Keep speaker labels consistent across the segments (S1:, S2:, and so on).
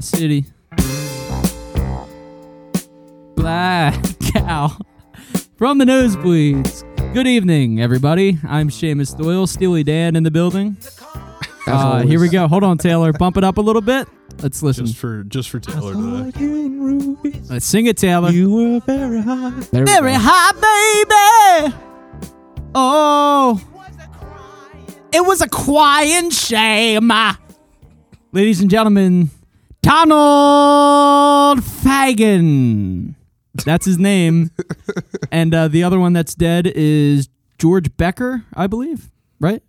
S1: City. Black cow. From the nosebleeds. Good evening, everybody. I'm Seamus Doyle, Steely Dan in the building. Uh, here we go. Hold on, Taylor. Bump it up a little bit. Let's listen.
S2: Just for just for Taylor today.
S1: Let's sing it, Taylor.
S2: You were very high.
S3: There we
S1: Very
S3: go.
S1: high, baby. Oh, it was a crying shame. Ladies and gentlemen, Donald Fagan. That's his name. and uh, the other one that's dead is George Becker, I believe. Right?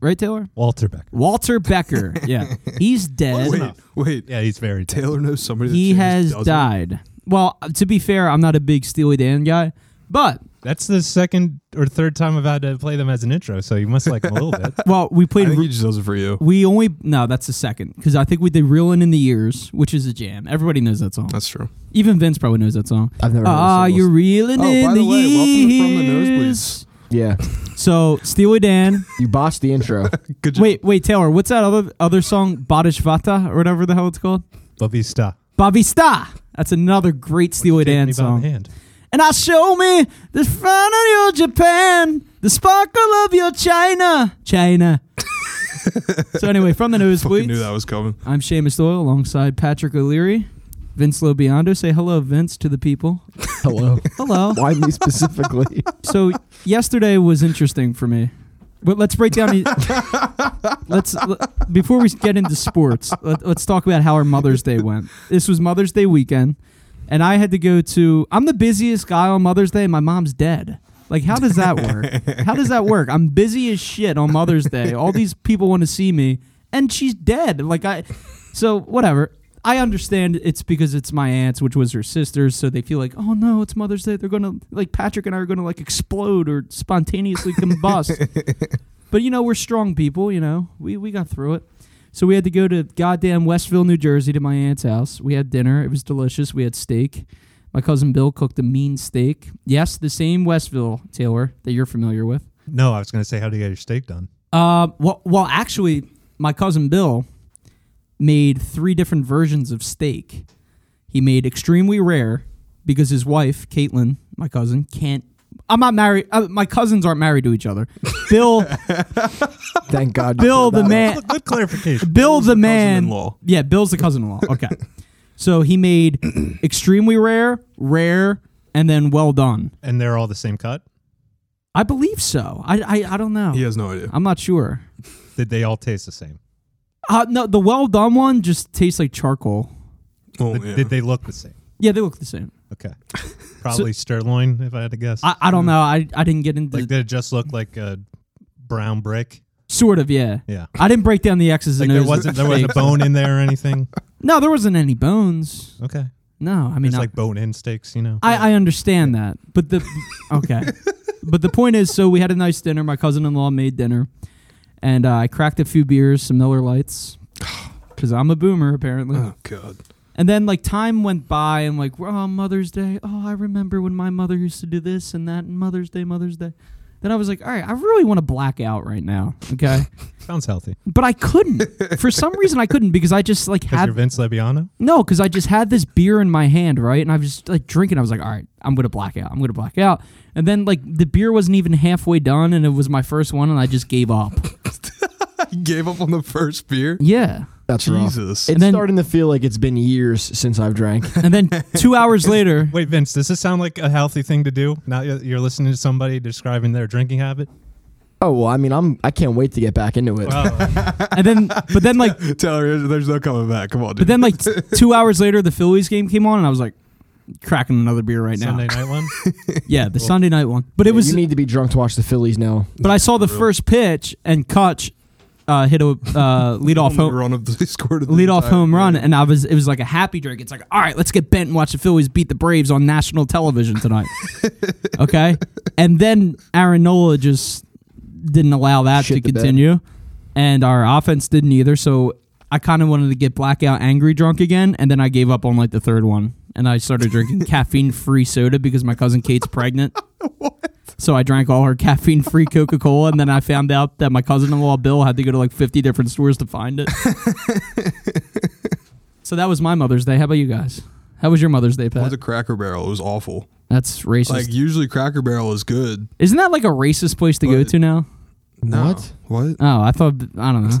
S1: Right, Taylor?
S4: Walter Becker.
S1: Walter Becker. Yeah. He's dead.
S2: Wait, wait.
S4: Yeah, he's very. T-
S2: Taylor knows somebody. That
S1: He
S2: Seamus
S1: has
S2: doesn't?
S1: died. Well, to be fair, I'm not a big Steely Dan guy, but
S4: That's the second or third time I've had to play them as an intro, so you must like them a little bit.
S1: well, we
S2: I
S1: played
S2: think he just does it for you.
S1: We only no, that's the second because I think we did "Reelin' in the Years," which is a jam. Everybody knows that song.
S2: That's true.
S1: Even Vince probably knows that song.
S3: I've never heard
S1: Ah,
S3: of those.
S1: you're reeling
S2: Oh,
S1: in
S2: by
S1: the
S2: the way, welcome to From the
S1: years.
S3: Yeah,
S1: So Steely Dan.
S3: you botched the intro.
S2: Good job.
S1: wait, wait, Taylor. What's that other other song? Badish Vata or whatever the hell it's called.
S4: Bobista.
S1: Bavista. That's another great Steely Dan song.
S4: hand.
S1: And I show me the front of your Japan, the sparkle of your China, China. so anyway, from the news,
S2: fucking knew that was coming.
S1: I'm Seamus Doyle alongside Patrick O'Leary, Vince Lobiondo. Say hello, Vince, to the people.
S3: Hello.
S1: Hello.
S3: Why me specifically?
S1: so yesterday was interesting for me. But let's break down. the- let's let- before we get into sports. Let, let's talk about how our Mother's Day went. This was Mother's Day weekend, and I had to go to. I'm the busiest guy on Mother's Day. My mom's dead. Like, how does that work? how does that work? I'm busy as shit on Mother's Day. All these people want to see me, and she's dead. Like I, so whatever. I understand it's because it's my aunt's, which was her sister's, so they feel like, oh no, it's Mother's Day. They're gonna like Patrick and I are gonna like explode or spontaneously combust. but you know, we're strong people. You know, we we got through it. So we had to go to goddamn Westville, New Jersey, to my aunt's house. We had dinner. It was delicious. We had steak. My cousin Bill cooked a mean steak. Yes, the same Westville Taylor that you're familiar with.
S4: No, I was going to say, how do you get your steak done?
S1: Uh, well, well, actually, my cousin Bill made three different versions of steak. He made extremely rare because his wife, Caitlin, my cousin, can't. I'm not married. Uh, my cousins aren't married to each other. Bill,
S3: Thank God. you
S1: Bill,
S3: cleared
S1: the
S3: that up.
S1: man,
S4: Oh, Good clarification.
S1: Bill, Oh, the man.
S2: cousin-in-law.
S1: Yeah, Bill's the cousin-in-law. Okay, so he made extremely rare, rare, and then well done.
S4: and they're all the same cut?
S1: I believe so. I, I, I don't know.
S2: He has no idea.
S1: I'm not sure.
S4: Did they all taste the same?
S1: Uh, no, the well done one just tastes like charcoal.
S2: Well,
S4: Did,
S2: yeah.
S4: did they look the same?
S1: Yeah, they look the same.
S4: Okay. Probably sirloin, if I had to guess.
S1: I, I don't know. I, I didn't get into
S4: Hmm. like, did it just look like a brown brick?
S1: sort of yeah.
S4: Yeah.
S1: I didn't break down the X's
S4: Like,
S1: and
S4: there
S1: O's.
S4: wasn't, there wasn't a bone in there or anything?
S1: no, there wasn't any bones.
S4: Okay.
S1: No, I mean,
S4: It's
S1: I,
S4: like bone in steaks, you know?
S1: I, I understand that, but the okay, but the point is, so we had a nice dinner. My cousin-in-law made dinner, and uh, I cracked a few beers, some Miller Lights, because I'm a boomer apparently.
S4: Uh.
S2: Oh god.
S1: And then like time went by and like we're on Mother's Day. Oh, I remember when my mother used to do this and that and Mother's Day, Mother's Day. Then I was like, all right, I really want to black out right now. Okay.
S4: Sounds healthy.
S1: but I couldn't. For some reason I couldn't because I just like
S4: Because you're
S1: had
S4: Vince Lebiano?
S1: no, because I just had this beer in my hand, right? And I was just like drinking. I was like, all right, I'm gonna black out. I'm gonna black out. And then like the beer wasn't even halfway done and it was my first one and I just gave up.
S2: He gave up on the first beer.
S1: Yeah.
S3: That's wrong.
S2: Jesus.
S3: It's
S1: then-
S3: starting to feel like it's been years since I've drank.
S1: And then two hours later
S4: Wait, Vince, does this sound like a healthy thing to do? Now you're you're listening to somebody describing their drinking habit?
S3: Oh well, I mean, I'm I can't wait to get back into
S1: Uh,
S3: it.
S4: Oh,
S1: and then but then like
S2: Taylor, there's, there's no coming back. Come on, dude.
S1: But then, like t- two hours later, the Phillies game came on, and I was like, cracking another beer right now.
S4: Sunday night one?
S1: Yeah, the Sunday night one. But it was.
S3: You need to be drunk to watch the Phillies now.
S1: but I saw the first pitch, and Koch uh, hit a uh, leadoff
S2: Home
S1: home
S2: run of the scored of the
S1: leadoff
S2: entire-
S1: home run, and I was it was like a happy drink. It's like, all right, let's get bent and watch the Phillies beat the Braves on national television tonight. okay, and then Aaron Nola just didn't allow that
S3: Shit
S1: to
S3: the bed.
S1: continue, and our offense didn't either. So. I kind of wanted to get blackout angry drunk again, and then I gave up on like the third one. and I started drinking caffeine free soda because my cousin Kate's pregnant. So I drank all her caffeine free Coca Cola, and then I found out that my cousin in law Bill had to go to like 50 different stores to find it. so that was my Mother's Day. How about you guys? How was your Mother's Day,
S2: It was
S1: Pat?
S2: a Cracker Barrel. It was awful.
S1: That's racist.
S2: Like usually Cracker Barrel is good.
S1: Isn't that like a racist place to go
S2: But-
S1: to now?
S2: No.
S3: What?
S2: What?
S1: Oh, I thought I don't know.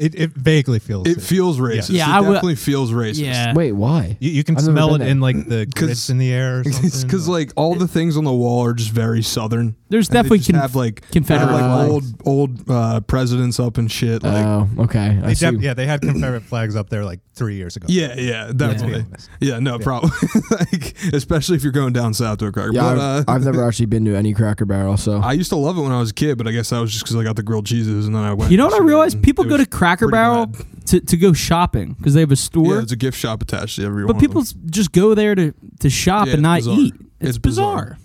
S4: It, it vaguely feels.
S2: It
S4: It
S2: feels racist.
S1: Yeah,
S2: Yeah, it
S1: I would-
S2: definitely feels racist.
S1: Yeah,
S3: Wait, why?
S4: you, you can
S3: I've never
S4: smell it
S3: been
S4: in like the grits in the air. Or
S2: It's
S4: something.
S2: because like all the things on the wall are just very southern.
S1: there's
S2: And they
S1: definitely
S2: just
S1: con-
S2: have like
S1: Confederate
S2: have, like
S3: flags.
S2: old old uh, presidents up and shit. Like
S3: oh, okay. I
S4: They
S3: see.
S4: def- yeah, they had Confederate flags up there like three years ago.
S2: yeah, yeah, definitely. Yeah, no problem. like especially if you're going down south to a cracker.
S3: Yeah,
S2: but,
S3: I've,
S2: uh,
S3: I've never actually been to any Cracker Barrel, so
S2: I used to love it when I was a kid, but I guess that was just because I got the grilled cheeses and then I went.
S1: you know what I
S2: and
S1: realized?
S2: it
S1: People go to
S2: was
S1: Cracker
S2: pretty
S1: Barrel
S2: bad.
S1: to, to go shopping because they have a store.
S2: Yeah, it's a gift shop attached to every one.
S1: But
S2: of them.
S1: people s- just go there to, to shop
S2: Yeah,
S1: and
S2: it's
S1: not
S2: bizarre.
S1: eat. It's,
S2: It's
S1: bizarre.
S2: bizarre.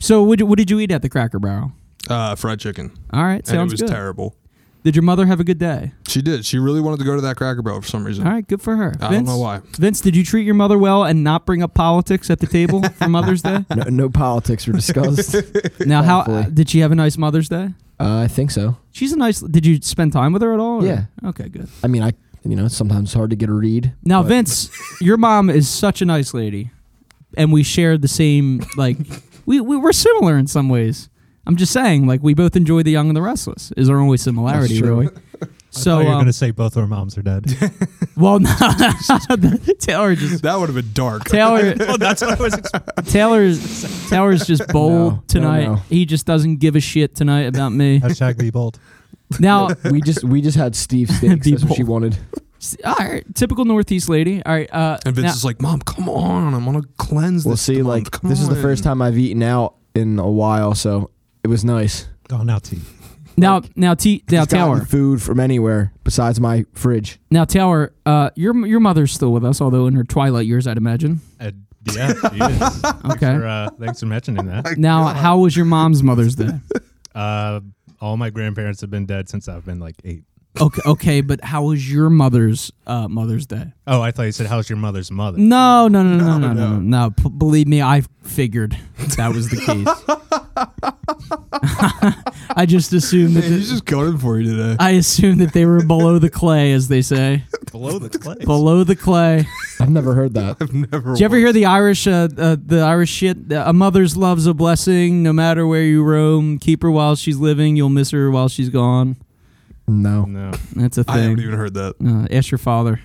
S1: So what, did- what did you eat at the Cracker Barrel?
S2: uh, fried chicken,
S1: All right,
S2: and it
S1: sounds
S2: was
S1: good.
S2: terrible.
S1: Did your mother have a good day?
S2: She did. She really wanted to go to that Cracker Barrel for some reason.
S1: All right, good for her.
S2: I
S1: Vince,
S2: don't know why.
S1: Vince, did you treat your mother well and not bring up politics at the table for Mother's Day?
S3: no, no politics were discussed. uh,
S1: Now, how
S3: Thankfully.
S1: did she have a nice Mother's Day?
S3: I think so.
S1: She's a nice. Did you spend time with her at all? or-
S3: Yeah.
S1: Okay, good.
S3: I mean, I you know it's sometimes hard to get a read.
S1: Now,
S3: but-
S1: Vince, your mom is such a nice lady, and we share the same like we, we we're similar in some ways. I'm just saying, like we both enjoy The Young and the Restless is our only similarity,
S3: That's true.
S1: really.
S4: So
S1: So,
S4: you're
S1: um,
S4: gonna say both our moms are dead.
S1: well, no, Taylor just
S2: That would have been dark.
S1: Taylor
S4: well, Oh, that's what I was. Expecting.
S1: Taylor's Taylor's just bold
S3: No, no,
S1: tonight.
S3: no.
S1: He just doesn't give a shit tonight about me.
S4: Hashtag be bold.
S1: Now,
S3: we just we just had Steve steaks. That's what she
S1: People.
S3: wanted.
S1: s- all right, typical Northeast lady. All right, uh,
S2: And Vince
S1: now-
S2: is like, "Mom, come on! I'm gonna cleanse
S3: Well,
S2: this."
S3: see,
S2: month.
S3: like
S2: Come
S3: this is the first
S2: on."
S3: time I've eaten out in a while, so it was nice.
S4: Gone out to you.
S1: now now T now
S3: Just gotten
S1: Taylor.
S3: food from anywhere besides my fridge.
S1: Now, Tower, uh, your your mother's still with us, although in her twilight years, I'd imagine.
S4: Uh, yeah. she is. Thanks
S1: Okay.
S4: for, uh, thanks for mentioning that.
S1: now, how was your mom's Mother's Day?
S4: Uh, all my grandparents have been dead since I've been like eight.
S1: okay, okay, but how was your mother's uh, Mother's Day?
S4: Oh, I thought you said, "How's your mother's mother?"
S1: No, no, no, no, no,
S2: No,
S1: no, no.
S2: no.
S1: no. P- believe me, I figured that was the case. I just assumed that.
S2: Man, he's
S1: the-
S2: just going for you today.
S1: I assumed that they were below the clay, as they say,
S4: Below the clay.
S1: below the clay.
S3: I've never heard that.
S2: I've never.
S1: Did you ever
S2: once-
S1: hear the Irish, uh, uh, the Irish shit? A mother's love's a blessing, no matter where you roam. Keep her while she's living, you'll miss her while she's gone.
S3: No,
S4: No.
S1: That's a
S2: I haven't
S1: thing.
S2: even heard that.
S1: Uh, ask your father,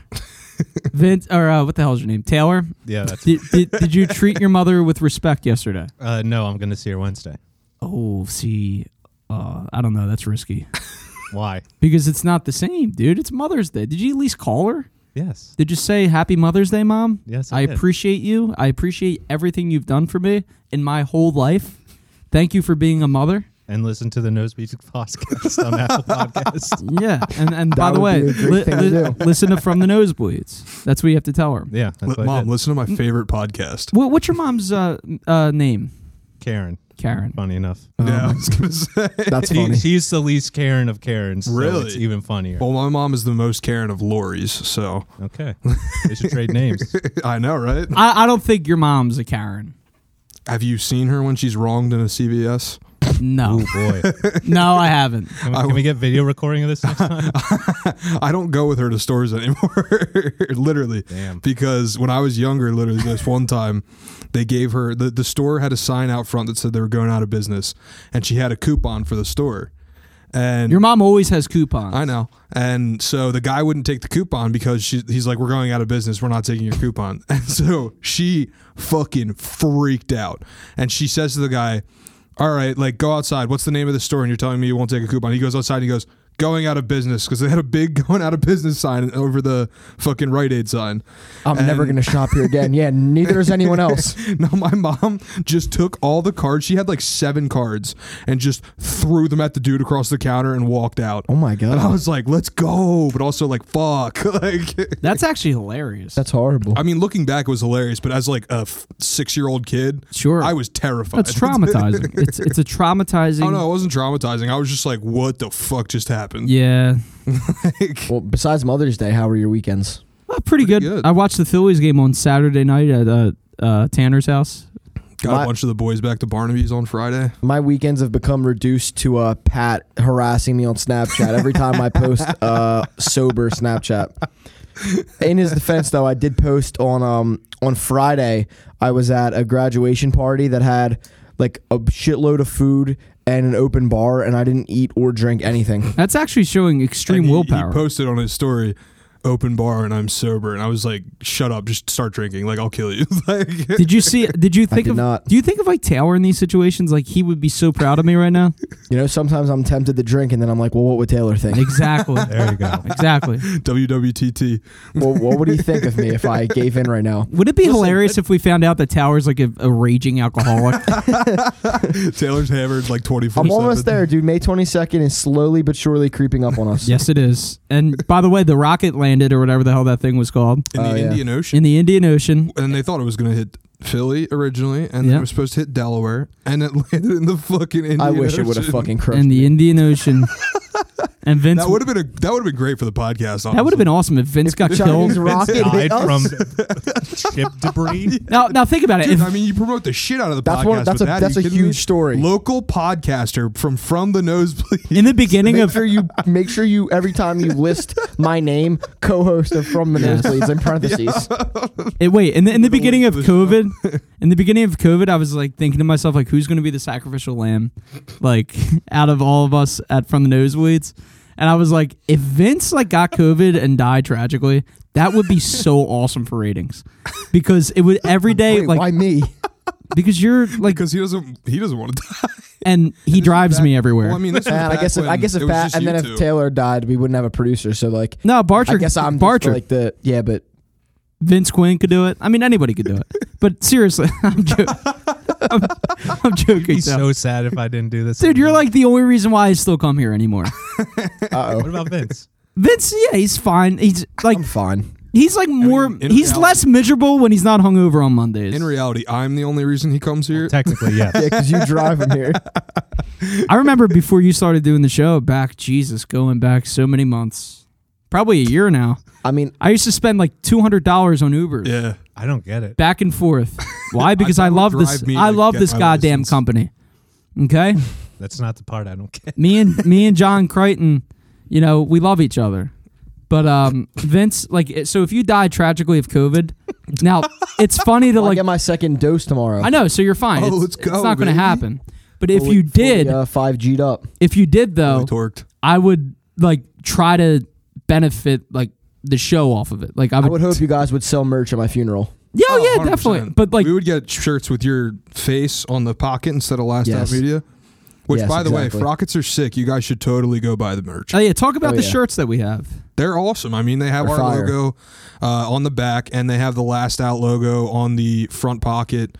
S1: Vince, or uh, what the hell's your name? Taylor.
S4: Yeah. That's,
S1: Did, did did you treat your mother with respect yesterday?
S4: uh, no, I'm gonna see her Wednesday.
S1: Oh, see, uh, I don't know. That's risky
S4: Why?
S1: because it's not the same, dude. It's Mother's Day. Did you at least call her?
S4: Yes.
S1: Did you say Happy Mother's Day, Mom?
S4: Yes, I
S1: I,
S4: did.
S1: appreciate you. I appreciate everything you've done for me in my whole life. Thank you for being a mother.
S4: And listen to the Nose Beach podcast on Apple Podcasts.
S1: Yeah, and and by
S3: That
S1: the
S3: would
S1: way,
S3: be a great
S1: li-
S3: thing to
S1: li- listen to from the nosebleeds. That's what you have to tell her.
S4: Yeah. That's
S2: Li-
S4: what I
S2: Mom,
S4: did.
S2: listen to my favorite podcast.
S1: What, what's your mom's uh, uh, name?
S4: Karen.
S1: Karen.
S4: Funny enough.
S3: Oh
S2: yeah, I was gonna say.
S3: Um, that's
S4: She,
S3: funny.
S4: she's the least Karen of Karens. so
S2: Really?
S4: it's even funnier.
S2: Well, my mom is the most Karen of Lori's, so
S4: Okay. They should trade names.
S2: I know, right?
S1: I, I don't think your mom's a Karen.
S2: Have you seen her when she's wronged in a CVS?
S1: No,
S4: Oh boy.
S1: no, I haven't.
S4: Can we, can we get video recording of this next time?
S2: I don't go with her to stores anymore, literally.
S4: Damn.
S2: Because when I was younger, literally, this one time, they gave her the, the store had a sign out front that said they were going out of business, and she had a coupon for the store. And
S1: Your mom always has coupons.
S2: I know. And so the guy wouldn't take the coupon because she, he's like, "We're going out of business. We're not taking your coupon." And so she fucking freaked out, and she says to the guy, "All right, like go outside. What's the name of the store?" And you're telling me you won't take a coupon. He goes outside. and He goes, "Going out of business," because they had a big going out of business sign over the fucking Rite Aid sign.
S3: I'm never gonna shop here again. Yeah, neither is anyone else.
S2: Now my mom just took all the cards. She had like seven cards and just threw them at the dude across the counter and walked out.
S3: Oh my
S2: And I
S3: god,
S2: was like, let's go, but also like, fuck. like,
S1: That's actually hilarious.
S3: that's horrible.
S2: I mean, looking back, it was hilarious, but as like a f- six-year-old kid,
S1: Sure.
S2: I was terrified.
S1: That's traumatizing. it's it's a traumatizing.
S2: oh no, it wasn't traumatizing. I was just like, what the fuck just happened?
S1: Yeah.
S3: Well, besides Mother's Day, how were your weekends?
S1: Uh, pretty, good.
S2: Pretty good.
S1: I watched the Phillies game on Saturday night at uh, uh, Tanner's house.
S2: Got
S3: My-
S2: a bunch of the boys back to Barnaby's on Friday.
S3: My weekends have become reduced to uh, Pat harassing me on Snapchat every time I post uh, sober Snapchat. In his defense, though, I did post on um, on Friday. I was at a graduation party that had like a shitload of food and an open bar, and I didn't eat or drink anything.
S1: That's actually showing extreme
S2: And he-
S1: willpower.
S2: He posted on his story, open bar, and I'm sober. And I was like, shut up, just start drinking. Like I'll kill you. like,
S1: did you see? Did you think
S3: did
S1: of?
S3: not.
S1: Do you think of like Taylor in these situations? Like he would be so proud of me right now.
S3: You know, sometimes I'm tempted to drink, and then I'm like, "Well, what would Taylor think?
S1: Exactly.
S4: There you go.
S1: exactly.
S2: WWTT.
S3: well, what would he think of me if I gave in right now?"
S1: Would it be hilarious if we found out that Tower's like a, a raging alcoholic?
S2: Taylor's hammered like 24.
S3: I'm almost there, dude. May 22nd is slowly but surely creeping up on us.
S1: yes, it is. And by the way, the rocket landed or whatever the hell that thing was called
S2: in the
S3: Oh, yeah.
S2: Indian Ocean.
S1: in the Indian Ocean.
S2: and they thought it was going to hit Philly originally, and then
S1: Yeah.
S2: it was supposed to hit Delaware, and it landed in the fucking Indian
S3: I wish
S2: Ocean.
S3: it would have fucking crushed.
S1: In the Indian Ocean. and Vince.
S2: That would have been a that would have been great for the podcast. Honestly.
S1: That would have been awesome if Vince got
S3: Chinese
S1: killed.
S3: rocket hit
S4: Died
S3: us.
S4: from ship debris.
S1: Now, now think about it.
S2: Dude,
S1: If,
S2: I mean, you promote the shit out of the
S3: That's
S2: podcast.
S3: one- that's
S2: with
S3: a-
S2: that. Are
S3: that's
S2: you
S3: a
S2: kidding me?
S3: huge story.
S2: Local podcaster from from the nosebleed.
S1: in the beginning
S3: Make
S1: of
S3: sure you make sure you every time you list my name, co-host of From the
S1: Yes.
S3: Nosebleeds in parentheses.
S1: Eh, wait, in the, in the beginning of
S2: link to
S1: COVID, in the beginning of COVID, I was like thinking to myself, like, who's going to be the sacrificial lamb, like, out of all of us at from the nosebleeds, and I was like, if Vince like got COVID and died tragically, that would be so awesome for ratings, because it would every day
S3: Wait,
S1: like
S3: why me?
S1: because you're like
S2: Because he doesn't, he doesn't want to die.
S1: and he drives me everywhere.
S2: Well, I mean, this was
S3: And I
S2: back
S3: guess if, I
S2: when
S3: guess
S2: it
S3: if
S2: was
S3: Pat
S2: just
S3: and
S2: you
S3: then
S2: two.
S3: if Taylor died, we wouldn't have a producer. So like,
S1: no, Barcher.
S3: I guess I'm
S1: Barcher.
S3: Barcher. like the yeah, but
S1: Vince Quinn could do it. I mean, anybody could do it. But seriously, I'm, jo- I'm, I'm joking.
S4: He's
S1: Sal.
S4: so sad if I didn't do this.
S1: Dude, you're like the only reason why I still come here anymore.
S3: uh
S4: What about Vince?
S1: Vince, yeah, he's fine. He's like
S3: I'm fine.
S1: he's like more
S2: in
S1: he's
S2: reality-
S1: less miserable when he's not hungover on Mondays.
S2: in reality, I'm the only reason he comes here.
S4: Technically, yes.
S3: Yeah, because you drive him here.
S1: I remember before you started doing the show back, Jesus, going back so many months. Probably a year now.
S3: I mean,
S1: I used to spend like two hundred dollars on Uber.
S2: Yeah,
S4: I don't get it.
S1: Back and forth. Why? Because I,
S2: that would
S1: love this
S2: drive me
S1: I
S2: to
S1: love
S2: get
S1: this
S2: my
S1: goddamn
S2: license.
S1: company. Okay?
S4: That's not the part I don't get.
S1: me and me and John Crichton, you know, we love each other. But um Vince, like it- so if you die tragically of COVID, now it's funny to
S3: I'll
S1: like
S3: get my second dose tomorrow.
S1: I know, so you're fine.
S2: Oh,
S1: it's,
S2: let's
S1: it's
S2: go,
S1: not going to
S2: baby.
S1: happen. But if
S3: Fully-
S1: you did,
S3: fully, uh, five G'd up.
S1: if you did though,
S2: really torqued.
S1: I would like try to benefit like the show off of it. Like I
S3: I
S1: would,
S3: would hope you guys would sell merch at my funeral.
S1: Yeah, oh, yeah,
S2: 100%.
S1: definitely. But like
S2: we would get shirts with your face on the pocket instead of Last
S3: Yes.
S2: Out Media. Which,
S3: Yes,
S2: by the
S3: exactly.
S2: way, if Rockets are sick, you guys should totally go buy the merch.
S1: oh yeah, talk about
S3: Oh,
S1: the
S3: yeah.
S1: shirts that we have.
S2: They're awesome. I mean, they have
S3: They're
S2: our
S3: fire.
S2: logo uh, on the back, and they have the Last Out logo on the front pocket,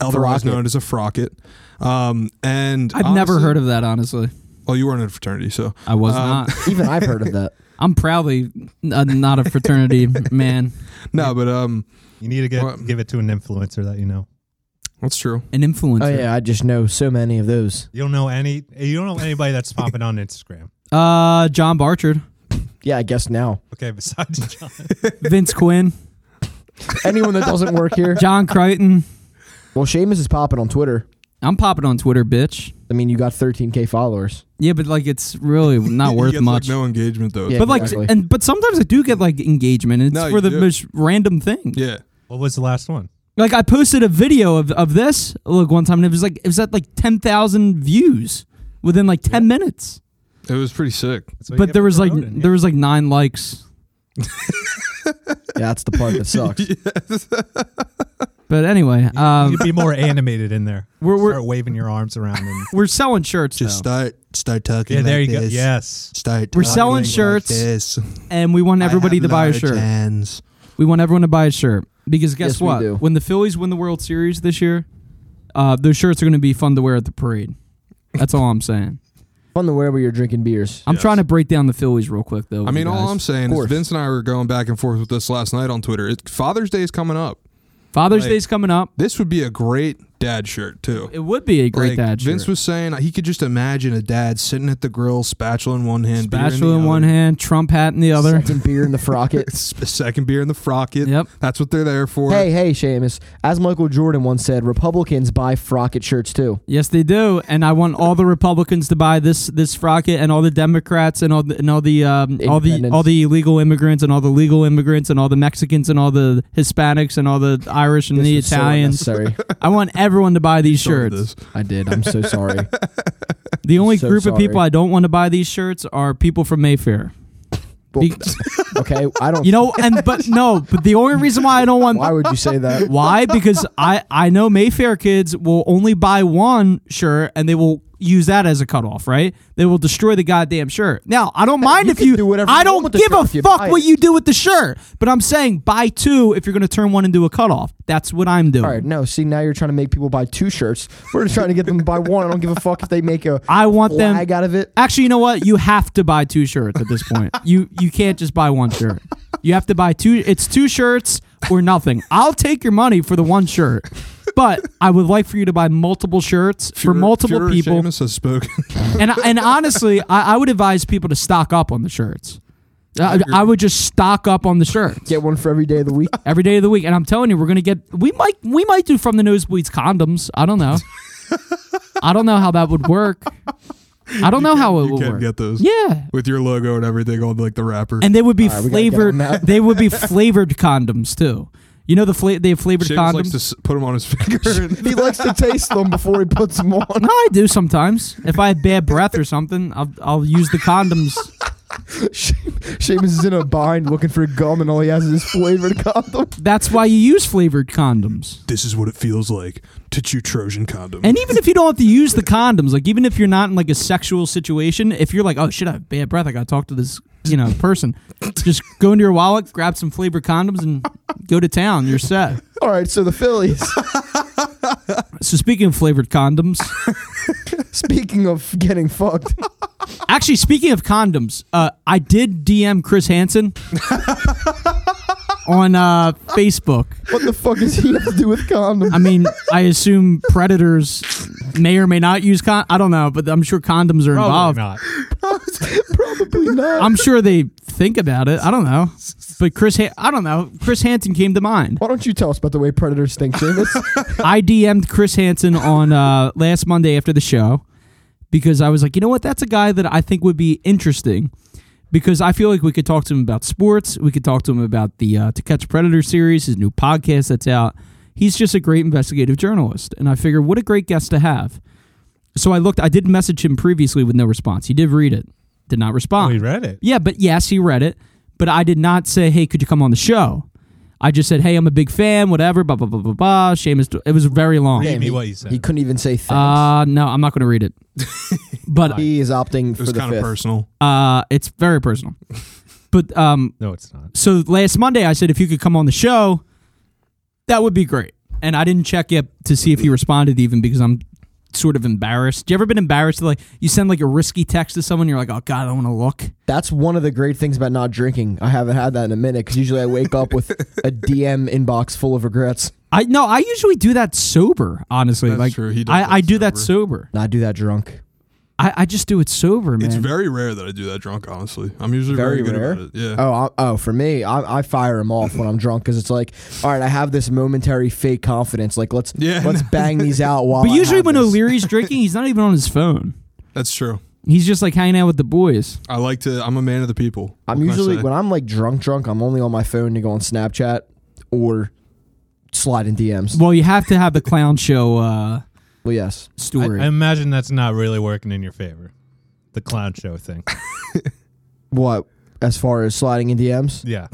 S2: otherwise
S3: Frocket.
S2: known as a frocket. Um, and
S1: I've never
S2: honestly-
S1: heard of that honestly.
S2: Well, you weren't in a fraternity, so
S1: I was
S2: Um,
S1: not.
S3: Even I've heard of that.
S1: I'm proudly uh, not a fraternity man.
S2: no. But um,
S4: You need to get
S2: What?
S4: give it to an influencer that you know.
S2: that's true.
S1: An influencer.
S3: Oh yeah, I just know so many of those.
S4: You don't know any. You don't know anybody that's popping on Instagram.
S1: Uh, John Barchard,
S3: Yeah, I guess now
S4: Okay, besides John.
S1: Vince Quinn,
S3: anyone that doesn't work here.
S1: John Crichton.
S3: Well, Seamus is popping on Twitter.
S1: I'm popping on Twitter, bitch.
S3: I mean, you got 13k followers.
S1: Yeah, but like it's really not
S2: He
S1: worth
S2: gets,
S1: much.
S2: Like, no engagement though.
S3: Yeah.
S1: but like,
S3: Exactly.
S1: and but sometimes I do get like engagement. It's
S2: No,
S1: for
S2: you
S1: the
S2: do.
S1: most random thing.
S2: yeah.
S4: What was the last one?
S1: Like I posted a video of of this look one time, and it was like it was at like ten thousand views within like ten minutes.
S2: It was pretty sick.
S4: That's what you
S1: But
S4: get
S1: there
S4: for
S1: was like
S4: promoting, yeah.
S1: there was like nine likes.
S3: Yeah, that's the part that sucks.
S1: But anyway, um,
S4: You'd be more animated in there.
S1: We're- we're-
S4: Start waving your arms around. And,
S1: we're selling shirts
S2: Just
S1: though,
S2: start start talking.
S4: yeah, there
S2: like
S4: you go.
S2: this.
S4: Yes.
S2: Start.
S1: We're
S2: talking
S1: selling
S2: like
S1: shirts.
S2: this.
S1: and we want everybody
S2: I
S1: to
S2: have
S1: buy a
S2: large
S1: shirt.
S2: hands.
S1: We want everyone to buy a shirt because guess
S3: Yes, we
S1: what?
S3: do.
S1: When the Phillies win the World Series this year, uh, those shirts are going to be fun to wear at the parade. That's all I'm saying.
S3: Fun to wear where you're drinking beers.
S1: I'm
S2: Yes.
S1: trying to break down the Phillies real quick, though.
S2: I
S1: with
S2: mean,
S1: you
S2: all
S1: guys.
S2: I'm saying
S3: Of
S2: is
S3: course.
S2: Vince and I were going back and forth with this last night on Twitter. It, Father's Day is coming up.
S1: Father's
S2: like-
S1: Day's coming up.
S2: This would be a great dad shirt too.
S1: It would be a great
S2: Like,
S1: dad
S2: Vince
S1: shirt.
S2: was saying he could just imagine a dad sitting at the grill, spatula in one hand, beer
S1: Spatula in
S2: the
S1: one
S2: other.
S1: hand, Trump hat in the other.
S3: Second beer in the frocket.
S2: S- second beer in the frocket.
S1: Yep.
S2: that's what they're there for.
S3: hey, hey, Seamus. As Michael Jordan once said, Republicans buy frocket shirts too.
S1: Yes, they do, and I want all the Republicans to buy this this rocket, and all the Democrats, and all the, and all the um, all the
S3: Independents.
S1: all the illegal immigrants, and all the legal immigrants, and all the Mexicans, and all the Hispanics, and all the Irish and the
S3: This is so
S1: Italians.
S3: unnecessary.
S1: I want everyone to buy these
S2: Some of
S1: shirts.
S2: this.
S3: I did. I'm so sorry.
S1: The only
S3: So
S1: group of people
S3: sorry.
S1: I don't want to buy these shirts are people from Mayfair.
S3: Well,
S1: Be-
S3: okay, I don't.
S1: you know, and but no, but the only reason why I don't want
S3: why would you say that?
S1: Why? Because I I know Mayfair kids will only buy one shirt and they will use that as a cutoff, right? They will destroy the goddamn shirt. Now I don't mind
S3: You
S1: if
S3: can
S1: you
S3: do whatever
S1: I
S3: you
S1: don't
S3: want with the
S1: give
S3: shirt
S1: a
S3: if you
S1: fuck
S3: buy
S1: what
S3: it.
S1: you do with the shirt, but I'm saying buy two if you're going to turn one into a cutoff. That's what I'm doing.
S3: All right, no. See, now you're trying to make people buy two shirts. We're just trying to get them to buy one. I don't give a fuck if they make a
S1: I want them.
S3: flag out of it.
S1: Actually, you know what? You have to buy two shirts at this point. you you can't just buy one shirt. You have to buy two. It's two shirts or nothing. I'll take your money for the one shirt, but I would like for you to buy multiple shirts for
S2: Fuhrer-
S1: multiple
S2: Fuhrer
S1: people.
S2: Seamus has spoken.
S1: And and honestly, I, I would advise people to stock up on the shirts. I, I would just stock up on the shirts
S3: Get one for every day of the week.
S1: every day of the week. And I'm telling you, we're gonna get we might we might do from the nosebleeds condoms. I don't know. I don't know how that would work. I don't know how it
S2: you
S1: would
S2: can't
S1: work.
S2: get those.
S1: yeah,
S2: with your logo and everything on like the wrapper.
S1: and they would be
S3: All right, we gotta get
S1: flavored.
S3: on that.
S1: They would be flavored condoms too. You know the fla- they have flavored
S2: Seamus
S1: condoms.
S2: likes to s- put them on his finger.
S3: he likes to taste them before he puts them on.
S1: no, I do sometimes. If I have bad breath or something, I'll, I'll use the condoms.
S3: She- Seamus is in a bind looking for gum, and all he has is flavored condom.
S1: That's why you use flavored condoms.
S2: this is what it feels like to chew Trojan condom.
S1: And even if you don't have to use the condoms, like even if you're not in like a sexual situation, if you're like, oh shit, I have bad breath, I gotta talk to this you know person, just go into your wallet, grab some flavored condoms, and go to town. You're set.
S3: All right, so the Phillies.
S1: So speaking of flavored condoms,
S3: Speaking of getting fucked,
S1: actually speaking of condoms, uh, I did DM Chris Hansen on uh, Facebook.
S3: what the fuck does he have to do with condoms?
S1: I mean, I assume predators may or may not use con. I don't know, but I'm sure condoms are involved.
S4: Probably not.
S3: Probably not.
S1: I'm sure they think about it. I don't know, but Chris, ha- I don't know. Chris Hansen came to mind.
S3: Why don't you tell us about the way predators think, Seamus?
S1: I DM'd Chris Hansen on uh, last Monday after the show because I was like, you know what? That's a guy that I think would be interesting because I feel like we could talk to him about sports. We could talk to him about the uh, To Catch a Predator series, his new podcast that's out. He's just a great investigative journalist. And I figured, what a great guest to have. So I looked, I did message him previously with no response. He did read it, did not
S4: Oh,
S1: respond.
S4: he read it.
S1: Yeah, but yes, he read it. But I did not say, hey, could you come on the show? I just said, hey, I'm a big fan, whatever, blah, blah, blah, blah, blah. Seamus, it was very long.
S4: Read me
S3: he-
S4: what you said.
S3: he couldn't even say thanks.
S1: Uh, no, I'm not going to read it. but
S3: he is opting
S2: Uh, it
S3: for
S2: was
S3: the
S2: kind of
S3: fifth.
S2: personal.
S1: uh, it's very personal. But um,
S4: no, it's not.
S1: so last Monday, I said, if you could come on the show, that would be great. And I didn't check yet to see if he responded even because I'm sort of embarrassed. You ever been embarrassed? Like you send like a risky text to someone, you're like, oh god, I don't want to look.
S3: That's one of the great things about not drinking. I haven't had that in a minute because usually I wake up with a DM inbox full of regrets.
S1: I no, I usually do that sober. Honestly,
S2: That's
S1: like
S2: true. He does
S1: I,
S2: that
S1: I do that sober.
S3: Not do that drunk.
S1: I, I just do it sober, man.
S2: It's very rare that I do that drunk. Honestly, I'm usually very,
S3: Very
S2: good
S3: rare?
S2: about it. Yeah.
S3: Oh, I, oh, for me, I, I fire him off when I'm drunk because it's like, all right, I have this momentary fake confidence. Like let's
S2: Yeah.
S3: let's bang these out while.
S1: but
S3: I
S1: usually
S3: have
S1: when
S3: this.
S1: O'Leary's drinking, he's not even on his phone.
S2: That's true.
S1: He's just like hanging out with the boys.
S2: I like to. I'm a man of the people. What
S3: I'm
S2: can I
S3: usually
S2: say?
S3: when I'm like drunk, drunk, I'm only on my phone to go on Snapchat or slide in DMs.
S1: Well, you have to have the clown show uh,
S3: Well, yes,
S4: I,
S1: story.
S4: I imagine that's not really working in your favor. The clown show thing.
S3: what as far as sliding in DMs?
S4: Yeah.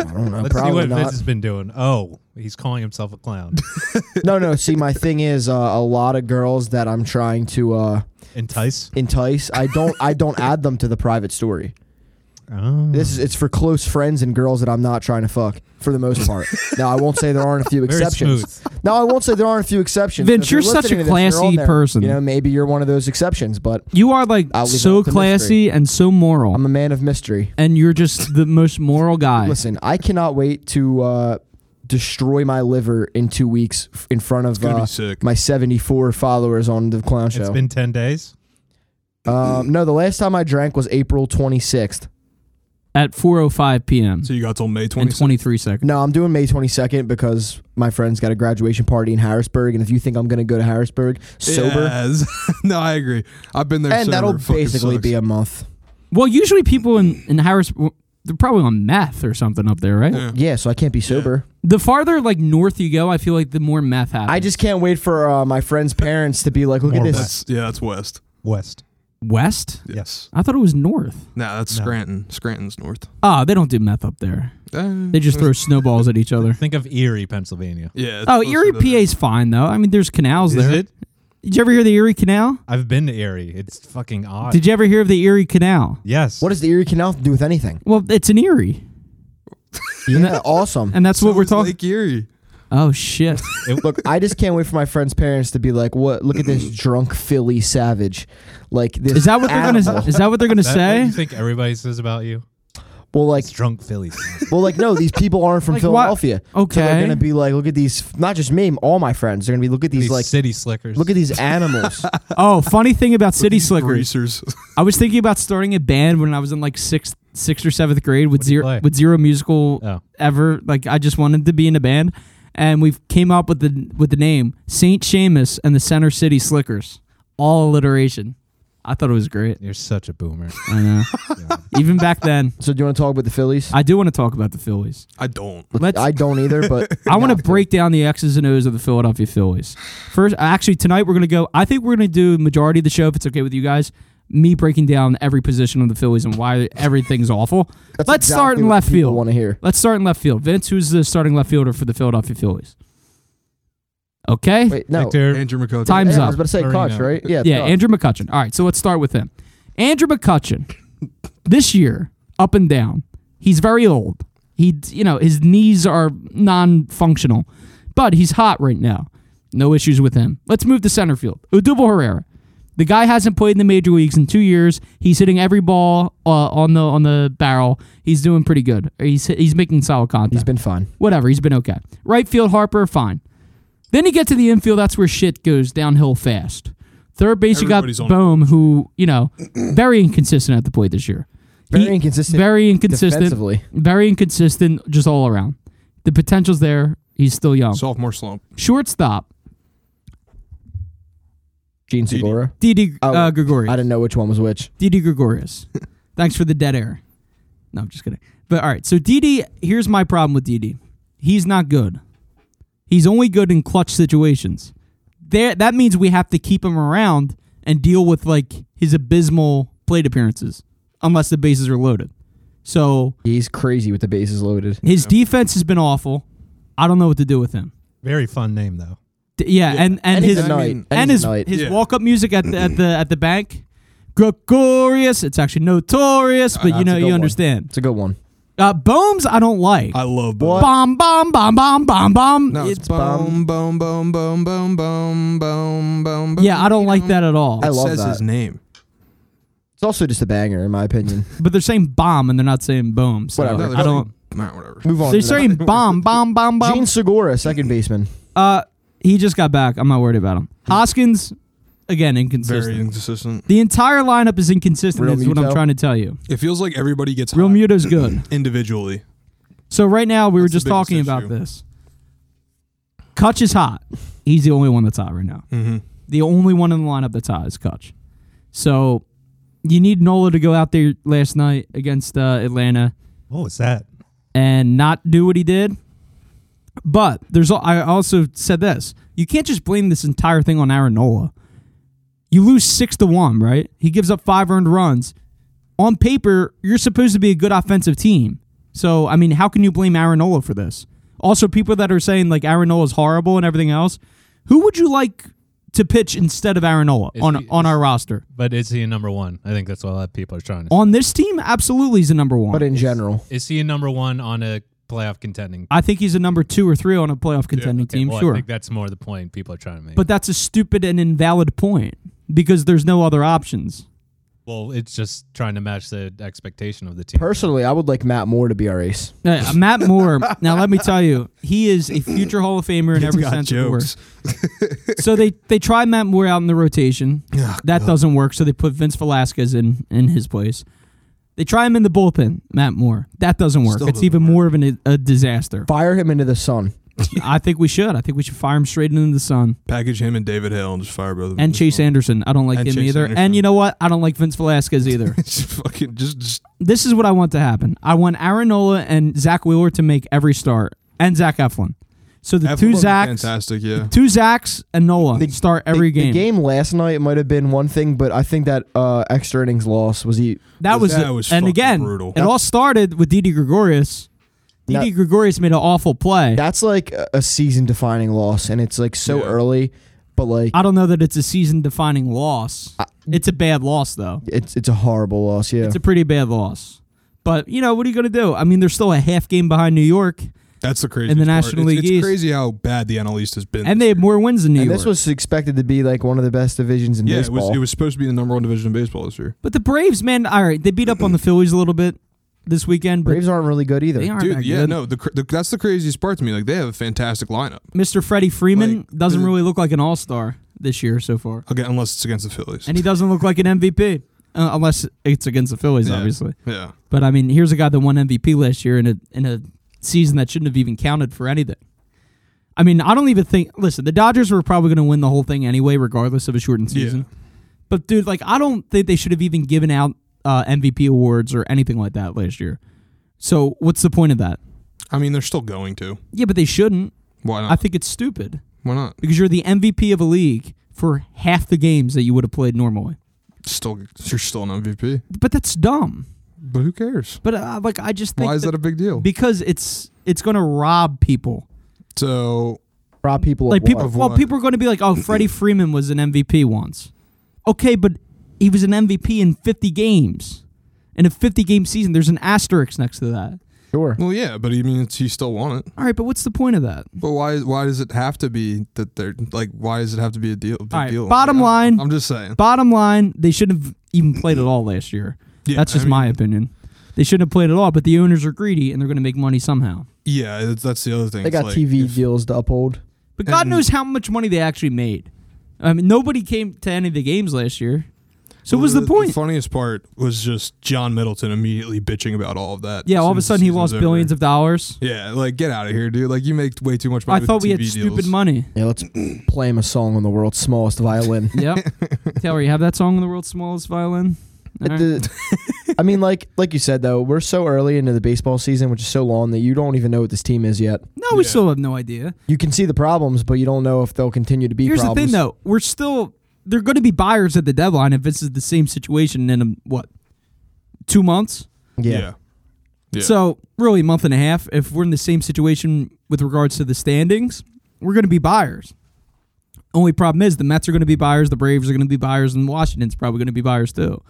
S3: I don't know.
S4: Let's see
S3: probably
S4: what
S3: not.
S4: Vince has been doing. Oh, he's calling himself a clown.
S3: no, no. See, my thing is uh, a lot of girls that I'm trying to uh,
S4: Entice.
S3: entice. I don't. I don't add them to the private story.
S4: Oh.
S3: This is it's for close friends and girls that I'm not trying to fuck for the most part. now I won't say there aren't a few
S4: Very
S3: exceptions.
S4: smooth.
S3: No, I won't say there aren't a few exceptions.
S1: Vince,
S3: If you're
S1: you're such
S3: listening
S1: a
S3: to this, you're on
S1: classy
S3: there.
S1: person.
S3: You know, maybe you're one of those exceptions, but
S1: you are like
S3: I'll leave it
S1: so
S3: up to
S1: classy and so moral,
S3: I'm a man of mystery.
S1: and you're just the most moral guy.
S3: Listen, I cannot wait to uh, destroy my liver in two weeks f- in front of
S2: gonna
S3: uh,
S2: be sick.
S3: my 74 followers on the Clown
S4: It's
S3: Show.
S4: been 10 days.
S3: um, no, the last time I drank was April 26th.
S1: at 4:05 p.m.
S2: So you got till May
S1: in
S2: 20th.
S1: 23 seconds.
S3: No, I'm doing May 22nd because my friend's got a graduation party in Harrisburg, and if you think I'm gonna go to Harrisburg sober,
S2: Yes. no, I agree. I've been there.
S3: and
S2: sober.
S3: that'll
S2: It fucking
S3: basically
S2: sucks.
S3: be a month.
S1: Well, usually people in in Harris they're probably on meth or something up there, right?
S2: Yeah.
S3: Yeah, so I can't be sober.
S1: The farther like north you go, I feel like the more meth happens.
S3: I just can't wait for uh, my friend's parents to be like, "Look at
S4: More
S3: this."
S2: That's yeah. That's West.
S4: West.
S1: west.
S2: Yes.
S1: I thought it was north.
S2: No, that's
S4: No.
S2: Scranton. Scranton's north.
S1: Ah, they don't do meth up there.
S2: Uh,
S1: They just throw snowballs at each other.
S4: Think of Erie, Pennsylvania.
S2: yeah. it's
S1: Oh,
S2: closer
S1: Erie,
S2: to there.
S1: PA's fine though. I mean, there's canals
S4: Is
S1: there.
S4: it?
S1: Did you ever hear the Erie Canal?
S4: I've been to Erie. It's fucking odd.
S1: Did you ever hear of the Erie Canal?
S4: yes.
S3: What does the Erie Canal have to do with anything?
S1: Well, it's an Erie,
S3: Yeah, awesome.
S1: and that's
S2: So
S1: what we're
S2: is
S1: talking.
S2: Lake Erie.
S1: oh shit!
S3: Look, I just can't wait for my friend's parents to be like, "What? Look at this drunk Philly savage!" Like this.
S1: Is that what they're gonna?
S3: animal.
S1: Is that what they're gonna
S4: Is that what
S1: say?
S4: you think everybody says about you?
S3: Well, like,
S4: It's drunk Phillies.
S3: well, like, no, these people aren't from
S1: Like what?
S3: Philadelphia. So they're
S1: Okay.
S3: gonna be like, "Look at these." Not just me, all my friends. They're gonna be, "Look at these,
S4: These
S3: like,
S4: city slickers.
S3: look at these animals."
S1: Oh, funny thing about City
S2: These
S1: Slickers.
S2: Greasers.
S1: I was thinking about starting a band when I was in like sixth, sixth or seventh grade with
S4: What do you
S1: zero
S4: play?
S1: with zero musical
S4: Oh.
S1: ever. Like I just wanted to be in a band, and we came up with the with the name Saint Seamus and the Center City Slickers, all alliteration. I thought it was great.
S4: You're such a boomer.
S1: I know.
S4: Yeah.
S1: Even back then,
S3: so, do you want to talk about the Phillies?
S1: I do want to talk about the Phillies.
S2: I don't.
S1: Let's.
S3: I
S1: I,
S3: don't either, but
S1: want to break down the X's and O's of the Philadelphia Phillies. First, actually, tonight we're gonna go. I think we're gonna do majority of the show if it's okay with you guys. Me breaking down every position of the Phillies and why everything's awful.
S3: That's
S1: Let's start
S3: exactly
S1: in
S3: what
S1: left
S3: people
S1: field.
S3: Want to hear?
S1: Let's start in left field. Vince, who's the starting left fielder for the Philadelphia Phillies? Okay.
S3: Wait, no.
S4: Victor,
S2: Andrew McCutcheon.
S1: Time-
S3: Yeah,
S1: Time's
S3: I
S1: up.
S3: was about to say
S4: Marino.
S3: Koch, right? Yeah,
S1: yeah,
S3: Koch.
S1: Andrew McCutcheon. All right, so let's start with him. Andrew McCutcheon, this year, up and down. He's very old. He, you know, his knees are non-functional, but he's hot right now. No issues with him. Let's move to center field. Odubel Herrera. The guy hasn't played in the major leagues in two years. He's hitting every ball uh, on the on the barrel. He's doing pretty good. He's he's making solid contact.
S3: He's been fine.
S1: whatever. He's been okay. Right field, Harper, fine. Then you get to the infield. That's where shit goes downhill fast. Third base,
S2: Everybody's
S1: you
S2: on
S1: got Bohm, who you know, very inconsistent at the plate this year.
S3: Very
S1: He-
S3: inconsistent.
S1: Very inconsistent.
S3: defensively.
S1: Very inconsistent, just all around. The potential's there. He's still young.
S2: Sophomore slump.
S1: Shortstop,
S3: Gene Segura.
S1: Didi
S3: Oh,
S1: uh,
S3: I
S1: Gregorius.
S3: didn't know which one was which.
S1: Didi Gregorius. Thanks for the dead air. No, I'm just kidding. But all right, so Didi, here's my problem with Didi. He's not good. He's only good in clutch situations. There, that means we have to keep him around and deal with like his abysmal plate appearances, unless the bases are loaded. So
S3: He's crazy with the bases loaded.
S1: his defense has been awful. I don't know what to do with him.
S4: very fun name though.
S1: D- yeah,
S2: Yeah.
S1: and and,
S3: And he's
S1: his
S3: a
S2: I
S3: knight.
S2: mean-
S1: and
S3: And he's
S1: his
S3: a knight.
S1: his
S2: Yeah.
S1: walk up music at the at the at the bank. Gregorious. It's actually notorious, but
S3: That's
S1: you
S3: a
S1: know
S3: good
S1: you
S3: one.
S1: understand.
S3: It's a good one.
S1: Uh, Bohms, I don't like.
S2: I love
S3: What?
S1: Bomb, bomb, bomb, bomb, bomb, bomb.
S2: No, it's,
S1: It's-
S2: boom, boom, boom, boom, boom, boom, boom, boom, boom.
S1: yeah, I don't like that at all.
S3: I love
S2: says
S3: that.
S2: his name.
S3: It's also just a banger, in my opinion.
S1: But they're saying bomb and they're not saying boom. So
S3: Whatever.
S2: No, they're
S1: I don't.
S2: Nah, whatever.
S3: Move on.
S1: They're
S3: to the-
S1: saying bomb, bomb, bomb, bomb.
S3: Gene Segura, second baseman.
S1: Uh, he just got back. I'm not worried about him. Hoskins, again inconsistent.
S2: Very inconsistent.
S1: the entire lineup is inconsistent.
S3: Real
S1: is what I'm
S3: Muto?
S1: trying to tell you.
S2: It feels like everybody gets
S1: Real
S2: hot
S1: Muto's good.
S2: individually.
S1: So right now we were
S2: That's the
S1: just talking
S2: biggest
S1: about
S2: issue.
S1: this. Kutch is hot. He's the only one that's hot right now.
S2: Mm-hmm.
S1: The only one in the lineup that's hot is Kutch. So you need Nola to go out there last night against uh, Atlanta
S4: What was that?
S1: and not do what he did. But there's al- I also said this. You can't just blame this entire thing on Aaron Nola. You lose six to one, right? He gives up five earned runs. On paper, you're supposed to be a good offensive team. So I mean, how can you blame Aaron Nola for this? Also, people that are saying like Aaron Nola's horrible and everything else, who would you like to pitch instead of Aaron Nola
S4: Is
S1: on
S4: he-
S1: on our roster?
S4: But is he a number one? I think that's what a lot of people are trying to.
S3: Oh.
S1: On this team, absolutely he's a number one.
S3: But in general,
S4: Is he a number one on a playoff contending?
S1: I think he's a number two or three on a playoff contending
S4: Okay,
S1: team.
S4: well,
S1: sure.
S4: I think that's more the point people are trying to make.
S1: But that's a stupid and invalid point because there's no other options.
S4: Well, it's just trying to match the expectation of the team.
S3: Personally, I would like Matt Moore to be our ace.
S1: Uh, Matt Moore. now let me tell you, he is a future Hall of Famer in
S2: It's
S1: every
S2: got
S1: sense of the word.
S2: jokes.
S1: So they they try Matt Moore out in the rotation.
S2: Yeah,
S1: That doesn't work. So they put Vince Velasquez in in his place. They try him in the bullpen, Matt Moore. That doesn't work.
S2: Still
S1: it's
S2: doesn't
S1: even
S2: work.
S1: more of an, a disaster.
S3: Fire him into the sun.
S1: I think we should. I think we should fire him straight into the sun.
S2: Package him and David Hill and just fire both of them.
S1: And Chase Anderson. I don't like
S2: And
S1: him
S2: Chase
S1: either.
S2: Anderson.
S1: And you know what? I don't like Vince Velasquez either.
S2: Just fucking just, just
S1: this is what I want to happen. I want Aaron Nola and Zach Wheeler to make every start, and Zach Eflin. So the
S2: Eflin
S1: two
S2: would be
S1: Zachs,
S2: Fantastic, yeah.
S1: two Zachs and Nola
S3: The-
S1: start every
S3: the,
S1: game.
S3: The game last night might have been one thing, but I think that uh, extra innings loss was e-, he.
S1: That was,
S2: That
S1: the-
S2: was
S1: and
S2: fucking
S1: again,
S2: brutal.
S1: it all started with Didi Gregorius.
S3: That-
S1: Didi Gregorius made an awful play.
S3: That's like a- a season-defining loss, and it's like so
S2: Yeah.
S3: early, but like
S1: I don't know that it's a season-defining loss. it's a bad loss, though.
S3: it's it's a horrible loss. Yeah,
S1: It's a pretty bad loss. But you know what are you going to do? I mean, they're still a half game behind New York,
S2: That's the crazy.
S1: National League
S2: it's,
S1: East.
S2: crazy how bad the NL East has been.
S1: and they have more wins than New
S3: and
S1: York.
S3: this was expected to be like one of the best divisions in
S2: yeah, it
S3: baseball.
S2: was it was supposed to be the number one division in baseball this year.
S1: but the Braves, man, all right, they beat up on the Phillies a little bit this weekend. But
S3: Braves aren't really good either.
S1: They aren't that
S2: Dude, yeah,
S1: good.
S2: no, the, cr- the that's the craziest part to me. Like they have a fantastic lineup.
S1: Mr. Freddie Freeman
S2: Like,
S1: doesn't
S2: uh,
S1: really look like an all star this year so far,
S2: Again, unless it's against the Phillies.
S1: and he doesn't look like an MVP uh, unless it's against the Phillies,
S2: Yeah.
S1: obviously.
S2: yeah.
S1: But I mean, here's a guy that won MVP last year in a in a season that shouldn't have even counted for anything. I mean, I don't even think. Listen, the Dodgers were probably going to win the whole thing anyway, regardless of a shortened
S2: Yeah.
S1: season. But dude, like, I don't think they should have even given out uh, MVP awards or anything like that last year. So what's the point of that?
S2: I mean, they're still going to.
S1: Yeah, but they shouldn't.
S2: Why not?
S1: I think it's stupid.
S2: Why not?
S1: because you're the MVP of a league for half the games that you would have played normally.
S2: Still, you're still an MVP.
S1: But that's dumb.
S2: But who cares?
S1: But uh, like I just think
S2: Why is that a big deal?
S1: because it's it's going to rob people.
S2: So
S3: Rob people
S1: Like
S3: of
S1: people
S3: what?
S2: Of
S1: well
S2: what?
S1: people are going to be like, "Oh, Freddie Freeman was an MVP once." Okay, but he was an MVP in 50 games. In a 50 game season, there's an asterisk next to that.
S3: Sure.
S2: well, yeah, but I mean, it's, you still want it.
S1: All right, but what's the point of that?
S2: But why? Why does it have to be that they're like? Why does it have to be a deal? Big
S1: All right,
S2: deal?
S1: bottom
S2: Yeah,
S1: line-
S2: I'm just saying.
S1: Bottom line, they shouldn't have even played at all last year.
S2: Yeah,
S1: That's
S2: I
S1: just
S2: mean,
S1: my opinion. They shouldn't have played at all, but the owners are greedy and they're going to make money somehow.
S2: Yeah, that's- that's the other thing.
S3: They
S2: It's
S3: got
S2: like,
S3: TV
S2: if-
S3: deals to uphold.
S1: But God
S2: And-
S1: knows how much money they actually made. I mean, nobody came to any of the games last year. So what was the, point?
S2: funniest part was just John Middleton immediately bitching about all of that.
S1: yeah,
S2: as
S1: all
S2: soon
S1: of a
S2: as the
S1: sudden he
S2: season
S1: lost
S2: was
S1: billions
S2: over.
S1: of dollars.
S2: Yeah, like get out of here, dude. Like you make way too much money.
S1: I thought
S2: with
S1: we had
S2: TV
S1: stupid
S2: deals.
S1: money.
S3: Yeah, let's play him a song on the world's smallest violin.
S1: Yep. Taylor, you have that song on the world's smallest violin? All right.
S3: The- I mean, like like you said though, we're so early into the baseball season, which is so long that you don't even know what this team is yet.
S1: No, we
S2: Yeah.
S1: still have no idea.
S3: You can see the problems, but you don't know if they'll continue to be.
S1: Here's
S3: problems.
S1: the thing, though. We're still, they're going to be buyers at the deadline if this is the same situation in, um, what, two months?
S3: Yeah.
S2: Yeah. Yeah.
S1: So, really, a month and a half. If we're in the same situation with regards to the standings, we're going to be buyers. Only problem is the Mets are going to be buyers, the Braves are going to be buyers, and Washington's probably going to be buyers too.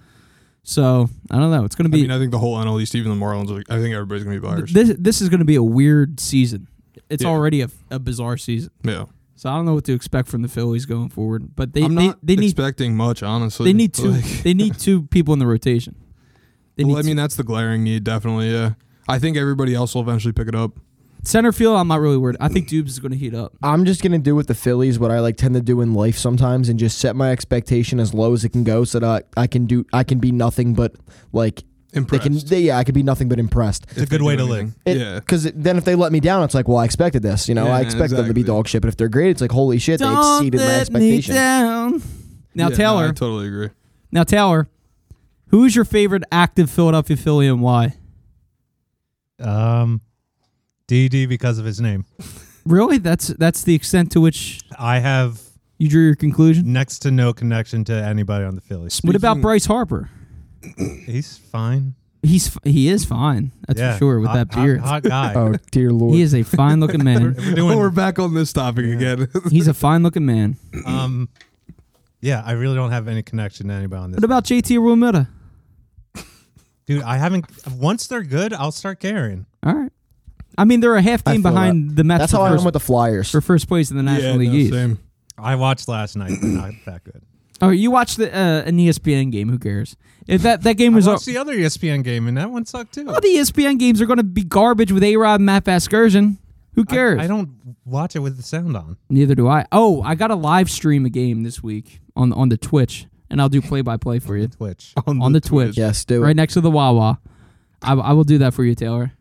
S1: So, I don't know. It's going to
S2: I
S1: be
S2: mean, I think the whole NL East, even the Marlins, like, I think everybody's gonna be buyers.
S1: this. This is going to be a weird season. It's
S2: Yeah.
S1: already a, a bizarre season.
S2: yeah,
S1: So I don't know what to expect from the Phillies going forward. But they
S2: I'm
S1: they,
S2: not
S1: they need
S2: expecting much, honestly.
S1: they need two
S2: Like,
S1: they need two people in the rotation. They
S2: well,
S1: need
S2: I mean, that's the glaring need, definitely. Yeah, I think everybody else will eventually pick it up.
S1: center field. I'm not really worried. I think Dubes is going to heat up.
S3: I'm just gonna do with the Phillies what I like tend to do in life sometimes, and just set my expectation as low as it can go, so that I, I can do I can be nothing but like
S2: Impressed.
S3: they can they, yeah I can be nothing but impressed.
S2: It's
S4: a good way to live.
S2: yeah,
S3: Because then if they let me down, it's like well I expected this, you know
S2: Yeah,
S3: I expect them to be
S2: exactly.
S3: dog shit. But if they're great, it's like holy shit they
S1: Don't
S3: exceeded my
S1: let me
S3: expectation.
S1: down. Now
S2: Yeah, no,
S1: Taylor,
S2: I totally agree.
S1: now Taylor, who is your favorite active Philadelphia Philly and why?
S4: Um, DD because of his name.
S1: Really, that's that's the extent to which
S4: I have
S1: you drew your conclusion.
S4: next to no connection to anybody on the Phillies.
S1: what about
S2: Speaking-
S1: Bryce Harper?
S4: He's fine.
S1: He's f- he is fine. That's
S4: Yeah.
S1: for sure with
S4: Hot-
S1: that beard.
S4: Hot, hot guy.
S3: Oh dear lord.
S1: He is a fine looking man.
S4: We're doing-
S2: We're back on this topic again.
S1: He's a fine looking man.
S4: um, yeah, I really don't have any connection to anybody on this.
S1: What about JT Realmuta?
S4: Dude, I haven't. Once they're good, I'll start caring.
S1: All right. I mean, they're a half
S3: I
S1: game
S3: feel
S1: behind the Mets
S3: That's
S1: for
S3: how I am
S1: first,
S3: with the Flyers.
S1: for first place in the National
S2: yeah,
S1: League
S2: no,
S1: East.
S2: same.
S4: I watched last night. They're not that good.
S1: Oh, you watched the, uh, an ESPN game. Who cares? If that that game
S4: I
S1: was
S4: watched the other E ESPN game, and that one sucked too.
S1: all the E ESPN games are going to be garbage with A Rod and Matt Vasgersian. Who
S4: I-
S1: cares?
S4: I, don't watch it with the sound on.
S1: Neither do I. Oh, I got to live stream a game this week on on the Twitch, and I'll do play by play for you
S4: Twitch.
S1: on the Twitch,
S3: Yes, do it.
S1: right next to the Wawa. I, I will do that for you, Taylor.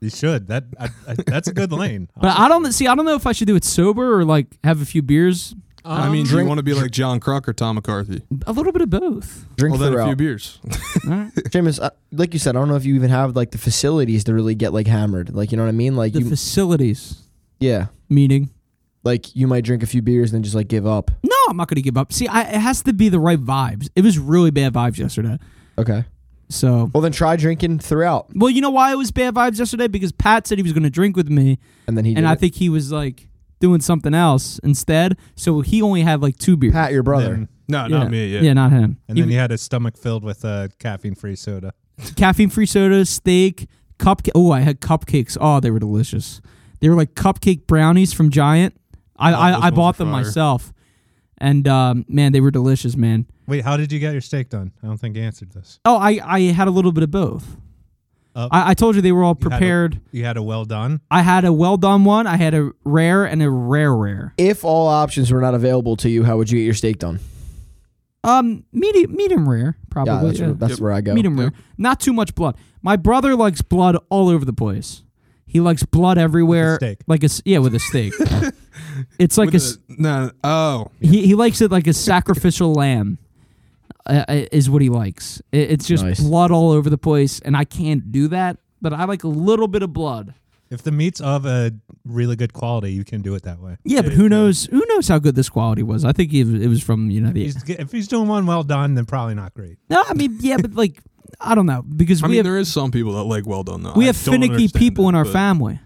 S4: You should. That I, I, that's a good lane.
S1: But I don't see. I don't know if I should do it sober or like have a few beers.
S2: I mean, do you
S3: drink-
S2: want to be like John Kruk or Tom McCarthy?
S1: A little bit of both.
S3: Drink
S2: well, then a few
S3: throughout.
S2: beers.
S1: All right.
S3: Jameis, uh, like you said, I don't know if you even have like the facilities to really get like hammered. Like you know what I mean? Like
S1: The
S3: you,
S1: facilities
S3: yeah.
S1: meaning.
S3: Like you might drink a few beers and then just like give up.
S1: No, I'm not going to give up. See, I, it has to be the right vibes. It was really bad vibes yesterday.
S3: Okay.
S1: So,
S3: Well, then try drinking throughout,
S1: well, you know why it was bad vibes yesterday? Because Pat said he was going to drink with me,
S3: and then he.
S1: and
S3: did
S1: I
S3: it.
S1: think he was like doing something else instead. So he only had like two beers.
S3: Pat, your brother.
S4: Then-
S2: No, not me. Yeah.
S1: Yeah, not him.
S4: and then you had a stomach filled with uh, caffeine-free soda.
S1: caffeine free soda, steak, cupcake. Oh, I had cupcakes. Oh, they were delicious. They were like cupcake brownies from Giant. I
S2: Oh, those
S1: I, I
S2: ones
S1: bought
S2: are
S1: them
S2: fire.
S1: myself, and um, man, they were delicious, man.
S4: Wait, how did you get your steak done? I don't think you answered this.
S1: Oh, I I had a little bit of both.
S4: Oh.
S1: I, I told you they were all
S4: You had a-
S1: prepared.
S4: You had a well done.
S1: I had a well done one. I had a rare and a rare rare.
S3: If all options were not available to you, how would you get your steak done?
S1: Um, medium medium rare probably.
S3: yeah, that's,
S1: yeah.
S3: Where, that's
S2: Yep.
S3: where I go.
S1: Medium rare. Not too much blood. My brother likes blood all over the place. He likes blood everywhere.
S4: steak.
S1: Like a s- yeah, with a steak. it's like
S2: With
S1: a, s-
S2: the- no. Oh,
S1: he, he likes it like a sacrificial lamb. Uh, uh, is what he likes. It, it's just
S3: Nice.
S1: blood all over the place, and I can't do that. But I like a little bit of blood.
S4: If the meat's of a really good quality, you can do it that way.
S1: Yeah, but who knows? Who knows how good this quality was? I think it was, it was from you know the.
S4: He's, if he's doing one well done, then probably not great.
S1: No, I mean yeah, but like I don't know because
S2: I
S1: we
S2: mean,
S1: have
S2: there is some people that like well done though.
S1: we
S2: I
S1: have
S2: don't
S1: finicky
S2: understand
S1: people
S2: it,
S1: in our
S2: but-
S1: family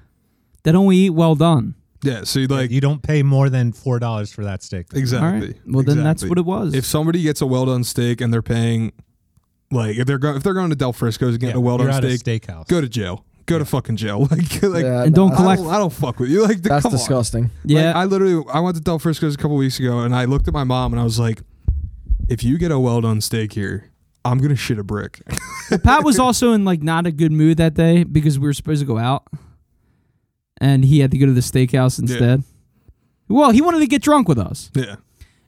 S1: that only eat well done.
S2: Yeah. So like
S4: you don't pay more than four dollars for that steak.
S1: All right.
S2: exactly.
S1: Well, then that's
S2: exactly.
S1: what it was.
S2: If somebody gets a well done steak and they're paying, like if they're going if they're going to Del Frisco's and
S4: Yeah,
S2: getting a well
S4: you're
S2: done
S4: at a
S2: steak,
S4: steakhouse.
S2: go to jail. Go to fucking jail. Like like.
S3: Yeah,
S1: And don't
S3: that's-
S2: I don't-
S1: collect-
S2: I don't fuck with you. Like,
S3: That's
S2: come on.
S3: disgusting.
S1: yeah,
S2: Like, I literally I went to Del Frisco's a couple weeks ago and I looked at my mom and I was like, if you get a well done steak here, I'm gonna shit a brick.
S1: Pat was also in like not a good mood that day because we were supposed to go out, and he had to go to the steakhouse instead. Well, he wanted to get drunk with us,
S2: yeah,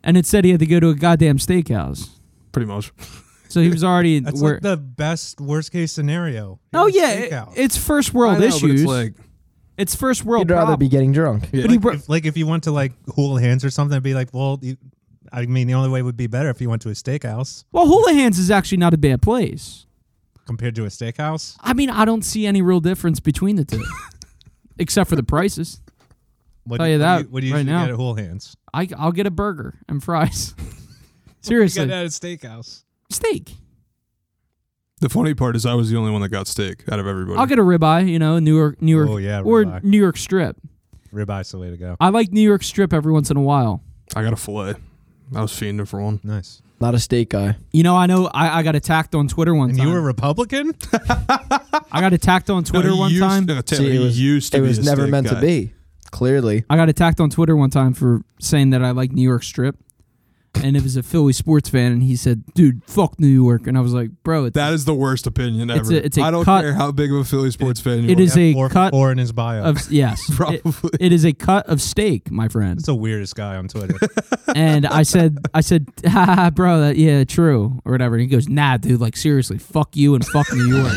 S1: and it said he had to go to a goddamn steakhouse.
S2: pretty much.
S1: So he was already.
S4: That's
S1: where,
S4: like the best worst case scenario.
S1: oh
S4: You're
S1: yeah,
S4: at a
S1: it-
S4: steakhouse.
S1: it's first
S2: I
S1: world
S2: know, but
S1: issues.
S2: it's
S1: It's,
S2: like
S1: first world.
S3: You'd rather be
S1: problem.
S3: getting drunk.
S2: Yeah.
S1: But he brought-
S4: if, like if you want to like hold hands or something, it'd be like, well, you, I mean, the only way would be better if you went to a steakhouse
S1: well, Houlihan's is actually not a bad place.
S4: compared to a steakhouse.
S1: I mean, I don't see any real difference between the two, except for the prices.
S4: What
S1: Tell
S4: do
S1: you
S4: what do
S1: that
S4: you, what do you
S1: right
S4: usually
S1: now.
S4: get at whole hands?
S1: I, I'll get a burger and fries.
S4: You
S1: Seriously,
S4: get at a steakhouse.
S1: steak.
S2: the funny part is I was the only one that got steak out of everybody.
S1: I'll get a ribeye, you know, New York, New York,
S4: Oh, yeah,
S1: or
S4: ribeye.
S1: New York strip.
S4: Ribeye's the way to go.
S1: I like New York strip every once in a while.
S2: I got a fillet. I was fiending for one.
S4: Nice.
S3: Not a steak guy.
S1: You know, I know I, I got attacked on Twitter one
S4: And
S1: time.
S4: you were Republican?
S1: I got attacked on Twitter
S2: No, he
S1: one
S2: used-
S1: time.
S2: No, Taylor,
S3: See, it
S2: he
S3: was-
S2: used to
S3: It
S2: be
S3: was
S2: a
S3: never
S2: steak
S3: meant
S2: guy.
S3: to be. Clearly,
S1: I got attacked on Twitter one time for saying that I like New York strip. And it was a Philly sports fan, and he said, "Dude, fuck New York." And I was like, "Bro, it's,
S2: That is the worst opinion ever.
S1: It's a- it's a
S2: I don't
S1: cut.
S2: care how big of a Philly sports fan you
S1: it
S2: are.
S1: is a
S4: Four for
S1: cut
S4: four in his bio.
S1: of yes, It-
S2: Probably.
S1: it is a cut of steak, my friend."
S4: It's the weirdest guy on Twitter.
S1: and I said, "I said, "Ha, ha, ha, bro, that, yeah, true, or whatever." And he goes, "Nah, dude, like seriously, fuck you and fuck New York."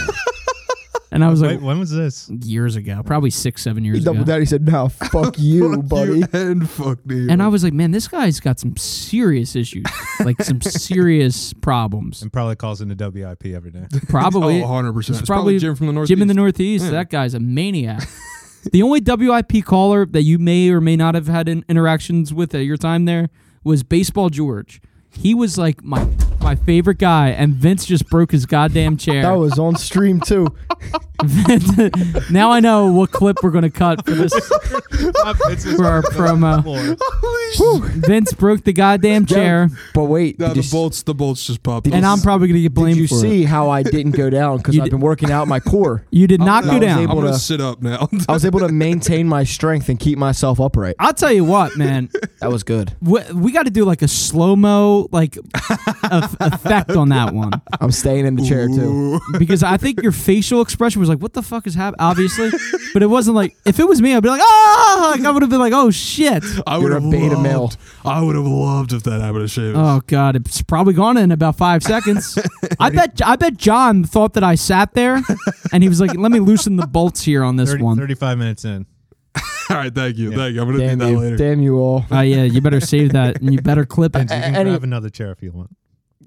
S1: and I was like,
S4: Wait, when was this?
S1: years ago, probably six, seven years
S3: he
S1: ago.
S3: doubled down. He said, "No, fuck you,
S2: Fuck you
S3: buddy."
S2: and fuck New York.
S1: And I was like, man, this guy's got some serious issues, like some serious problems.
S4: And probably calls into WIP every day.
S1: Probably
S2: oh, 100%. It's,
S1: it's
S2: probably
S1: probably
S2: Jim from the North.
S1: Jim in the Northeast. That guy's a maniac. the only WIP caller that you may or may not have had in- interactions with at your time there was Baseball George. He was like my my favorite guy, and Vince just broke his goddamn chair.
S3: That was on stream too.
S1: now I know what clip we're gonna cut for this for our promo. Vince broke the goddamn chair,
S3: But wait,
S2: No,
S3: did
S2: the
S3: you s-
S2: bolts, the bolts just popped.
S3: Did
S1: and
S3: you
S1: I'm
S3: s-
S1: probably gonna get
S3: did
S1: blamed
S3: you
S1: for
S3: see
S1: it.
S3: how I didn't go down because
S1: You
S3: I've
S1: did-
S3: been working out my core.
S1: You did not go
S3: I was
S1: down.
S2: I'm
S3: able
S2: gonna
S3: to-
S2: sit up now.
S3: I was able to maintain my strength and keep myself upright.
S1: I'll tell you what, man.
S3: That was good.
S1: We, we got to do like a slow mo like eff- effect on that one
S3: I'm staying in the chair too.
S1: because I think your facial expression was like, "What the fuck is happening?" Obviously, but it wasn't like if it was me, I'd be like, "Ah!" Like, I would have been like, "Oh shit!"
S2: I
S3: You're
S2: would have
S3: a beta
S2: loved,
S3: male.
S2: I would have loved if that happened to Sheamus.
S1: Oh god, it's probably gone in about five seconds. I bet I bet John thought that I sat there, and he was like, "Let me loosen the bolts here on this
S4: 30,
S1: one."
S4: 35 minutes in.
S2: All right, thank you,
S4: Yeah.
S2: thank you. I'm gonna
S3: Damn
S2: do that
S3: you,
S2: later.
S3: damn you all.
S1: Oh yeah, you better save that, and you better clip it.
S4: You can
S3: Any-
S4: grab another chair if you want.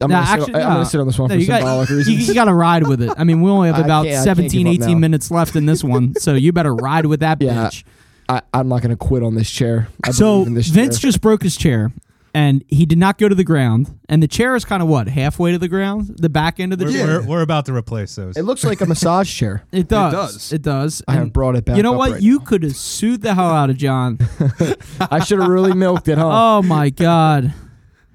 S3: I'm,
S1: No,
S3: gonna,
S1: actually,
S3: sit, I'm
S1: no.
S3: gonna sit on this one
S1: No,
S3: for
S1: you got-
S3: symbolic
S1: You,
S3: reasons.
S1: you got to ride with it. I mean, we only have
S3: I
S1: about
S3: can't- I can't
S1: 17,
S3: give up
S1: 18
S3: now.
S1: minutes left in this one, so you better ride with that
S3: Yeah.
S1: bitch.
S3: I, I'm not gonna quit on this chair. I
S1: So
S3: believe in this
S1: Vince
S3: chair.
S1: just broke his chair, and he did not go to the ground. And the chair is kind of what halfway to the ground, the back end of the
S4: We're,
S1: chair.
S4: we're, we're about to replace those.
S3: It looks like a massage chair.
S1: It does. It does.
S2: does.
S3: I have
S1: And
S3: brought it back.
S1: you know
S3: up
S1: what?
S3: right
S1: you could have sued the hell out of John.
S3: now. I should have really milked it, huh?
S1: oh my god!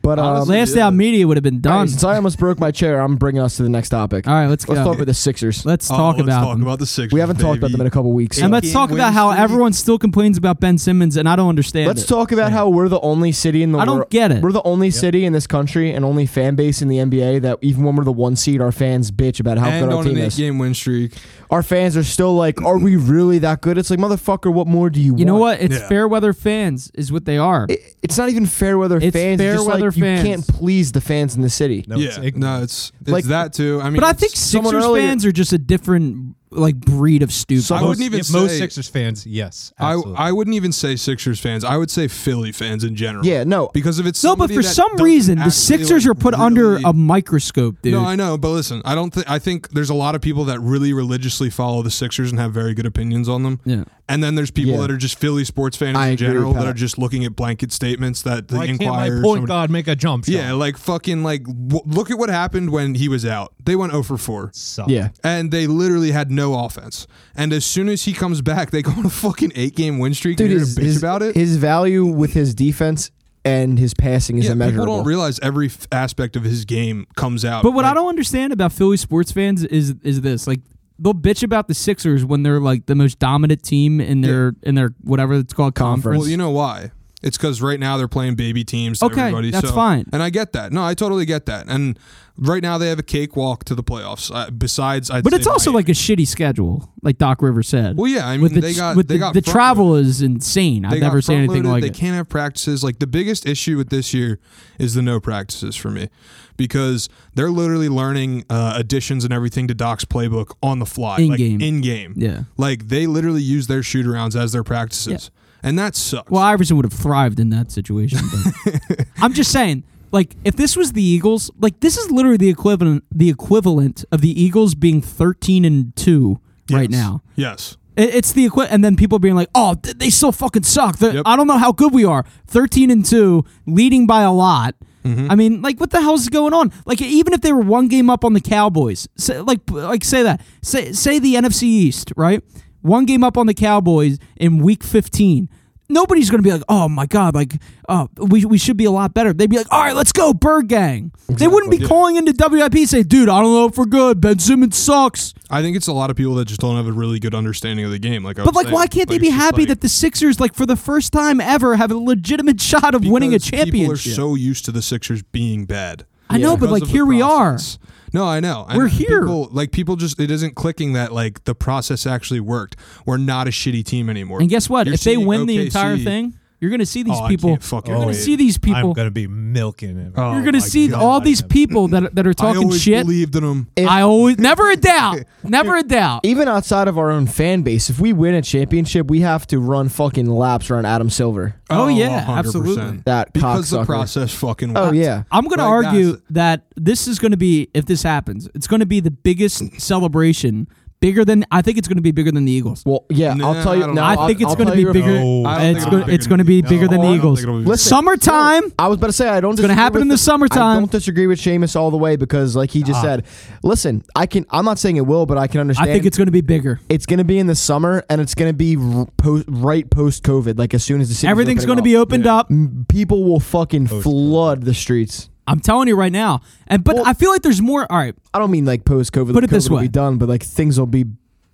S3: but um,
S2: honestly,
S1: Last
S2: yeah.
S1: out media would have been
S3: all
S1: done.
S3: right, since I almost broke my chair, I'm bringing us to the next topic.
S1: All right, let's go.
S3: Let's talk about the Sixers.
S1: Let's
S2: Oh,
S1: talk
S2: let's
S1: about
S2: talk
S1: them.
S2: about the six.
S3: We haven't talked about them in a couple weeks.
S1: and
S3: so-
S1: let's talk about how everyone still complains about Ben Simmons, and I don't understand.
S3: Let's
S1: it.
S3: talk about how we're the only city in the
S1: I don't
S3: world.
S1: get it.
S3: We're the only city in this country and only fan base in the NBA that even when we're the one seed, our fans bitch about how
S2: and
S3: good our
S2: on an
S3: team is.
S2: eight-game win streak.
S3: Our fans are still like, "Are we really that good?" It's like, motherfucker, what more do you?
S1: You know
S3: want?
S1: what? It's
S2: Yeah.
S1: fair weather fans is what they are.
S3: It- it's not even fair weather
S1: It's
S3: fans.
S1: fair
S3: just
S1: weather
S3: like, you
S1: fans.
S3: can't please the fans in the city.
S4: no,
S2: yeah,
S4: it's-
S2: no, it's it's
S3: Like-
S2: that too. I mean,
S1: but I
S2: it's-
S1: think
S3: someone
S1: Sixers
S3: earlier-
S1: fans are just a different like breed of stupid.
S2: I wouldn't
S4: most-
S2: even
S4: if most
S2: say-
S4: Sixers fans. Yes,
S2: I
S4: absolutely.
S2: I wouldn't even say Sixers fans. I would say Philly fans in general.
S3: Yeah, no.
S2: because if it's
S1: no, but
S2: somebody
S1: for
S2: that
S1: some
S2: doesn't
S1: reason, the
S2: actually,
S1: Sixers
S2: like,
S1: are put under
S2: really-
S1: a microscope, dude.
S2: No, I know, but listen, I don't think I think there's a lot of people that really religiously follow the Sixers and have very good opinions on them.
S1: Yeah.
S2: And then there's people
S3: Yeah.
S2: that are just Philly sports fans
S3: I
S2: in
S3: agree with
S2: general that
S3: Pat.
S2: are just looking at blanket statements that the
S4: Why can't my
S2: Inquirer or
S4: point
S2: somebody-
S4: guard make a jump shot?
S2: Yeah, like fucking like w- look at what happened when he was out. They went 0 for 4.
S4: Suck.
S3: Yeah,
S2: And they literally had no offense. And as soon as he comes back, they go on a fucking eight game win streak.
S3: dude,
S2: and you're
S3: his,
S2: a bitch
S3: his-
S2: about it.
S3: his value with his defense and his passing is
S2: yeah, people
S3: immeasurable.
S2: don't realize every f- aspect of his game comes out.
S1: But what I
S2: Like,
S1: don't understand about Philly sports fans is is this like they'll bitch about the Sixers when they're like the most dominant team in their in their whatever it's called conference.
S2: Well, you know why? It's because right now they're playing baby teams. To
S1: Okay,
S2: everybody,
S1: that's
S2: so-
S1: fine.
S2: And I get that. No, I totally get that. And right now they have a cakewalk to the playoffs. Uh, besides, I'd
S1: but
S2: say
S1: it's also
S2: Miami.
S1: like a shitty schedule, like Doc Rivers said.
S2: well, yeah. I mean,
S1: with the,
S2: they got
S1: with
S2: they
S1: the,
S2: got
S1: the
S2: front
S1: travel is insane.
S2: They
S1: I've
S2: got
S1: never seen anything
S2: front-loaded.
S1: like it.
S2: They can't have practices. Like the biggest issue with this year is the no practices for me, because they're literally learning uh, additions and everything to Doc's playbook on the fly, like
S1: In-game.
S2: in game.
S1: Yeah.
S2: like they literally use their shoot arounds as their practices, and that sucks.
S1: Well, Iverson would have thrived in that situation. but- I'm just saying, like, if this was the Eagles, like, this is literally the equivalent, the equivalent of the Eagles being 13 and two right
S2: Yes.
S1: now.
S2: yes.
S1: It- It's the equi- and then people being like, "Oh, th- they still fucking suck." They're-
S2: Yep.
S1: I don't know how good we are. Thirteen and two, leading by a lot. I mean, like, what the hell's going on? Like, even if they were one game up on the Cowboys, say, like, like say that, say, say the NFC East, right? One game up on the Cowboys in Week 15. Nobody's going to be like, "Oh my god, like, oh, we we should be a lot better." They'd be like, "All right, let's go, Bird Gang." They wouldn't be calling into WIP and say, "Dude, I don't know if we're good. Ben Simmons sucks."
S2: I think it's a lot of people that just don't have a really good understanding of the game. Like, I
S1: But
S2: was
S1: like,
S2: saying.
S1: why can't they
S2: Like,
S1: be
S2: it's just
S1: happy
S2: like-
S1: that the Sixers, like for the first time ever, have a legitimate shot of winning a
S2: because
S1: championship?
S2: People are so used to the Sixers being bad.
S1: I know, but
S2: Because
S1: like
S2: of the
S1: here we are.
S2: process. No, I know. I
S1: We're
S2: know.
S1: here.
S2: People, like people just it isn't clicking that like the process actually worked. We're not a shitty team anymore.
S1: And guess what?
S2: You're
S1: if they
S2: seeing
S1: win the
S2: OKC
S1: entire thing, you're gonna see these
S2: Oh, I
S1: people.
S2: can't fucking
S1: You're gonna
S4: wait.
S1: see these
S4: I'm
S1: people.
S4: gonna be milking it.
S2: Oh
S1: you're gonna
S2: my
S1: see
S2: God.
S1: all these people that that are
S2: I
S1: talking
S2: always
S1: shit.
S2: believed in them.
S3: If-
S1: I always never a doubt, never a doubt.
S3: even outside of our own fan base, if we win a championship, we have to run fucking laps around Adam Silver.
S1: Oh, yeah,
S2: 100%.
S1: absolutely.
S3: That
S2: because
S3: cocksucker.
S2: the process fucking.
S3: Oh
S2: worked.
S3: yeah,
S1: I'm going to
S2: Like,
S1: argue
S2: that's-
S1: that this is going to be, if this happens, it's going to be the biggest celebration bigger than I think it's going to be bigger than the Eagles.
S3: Well, yeah,
S2: No,
S3: I'll tell
S2: I
S3: you.
S2: don't
S3: No,
S2: know.
S3: I'll-
S1: I think it's
S3: I'll
S1: going to
S3: tell
S1: be
S3: you if-
S1: bigger.
S4: No, I
S2: don't think
S1: it's
S2: it'll
S1: going
S2: be
S1: it's
S2: bigger
S1: going to be bigger
S2: than the
S1: than
S2: Eagles. No,
S1: the
S2: I don't
S1: Eagles.
S2: think it'll be-
S3: Listen,
S1: Summertime.
S3: I was about to say I don't.
S1: It's gonna
S3: disagree
S1: happen
S3: with
S1: in the summertime.
S3: I don't disagree with Seamus all the way because, like he just said, listen, I can. I'm not saying it will, but I can
S1: Ah. I
S3: understand.
S1: think it's going to be bigger.
S3: It's going to be in the summer, and it's going to be r- post, right post COVID. Like as soon as the city's
S1: Everything's going
S3: opening
S1: to be opened
S2: Yeah.
S1: up.
S3: up, people will fucking flood the streets.
S1: I'm telling you right now. And but
S3: Well-
S1: I feel like there's more. All right,
S3: I don't mean like post COVID.
S1: Put it this
S3: will
S1: way.
S3: be done, but like things will be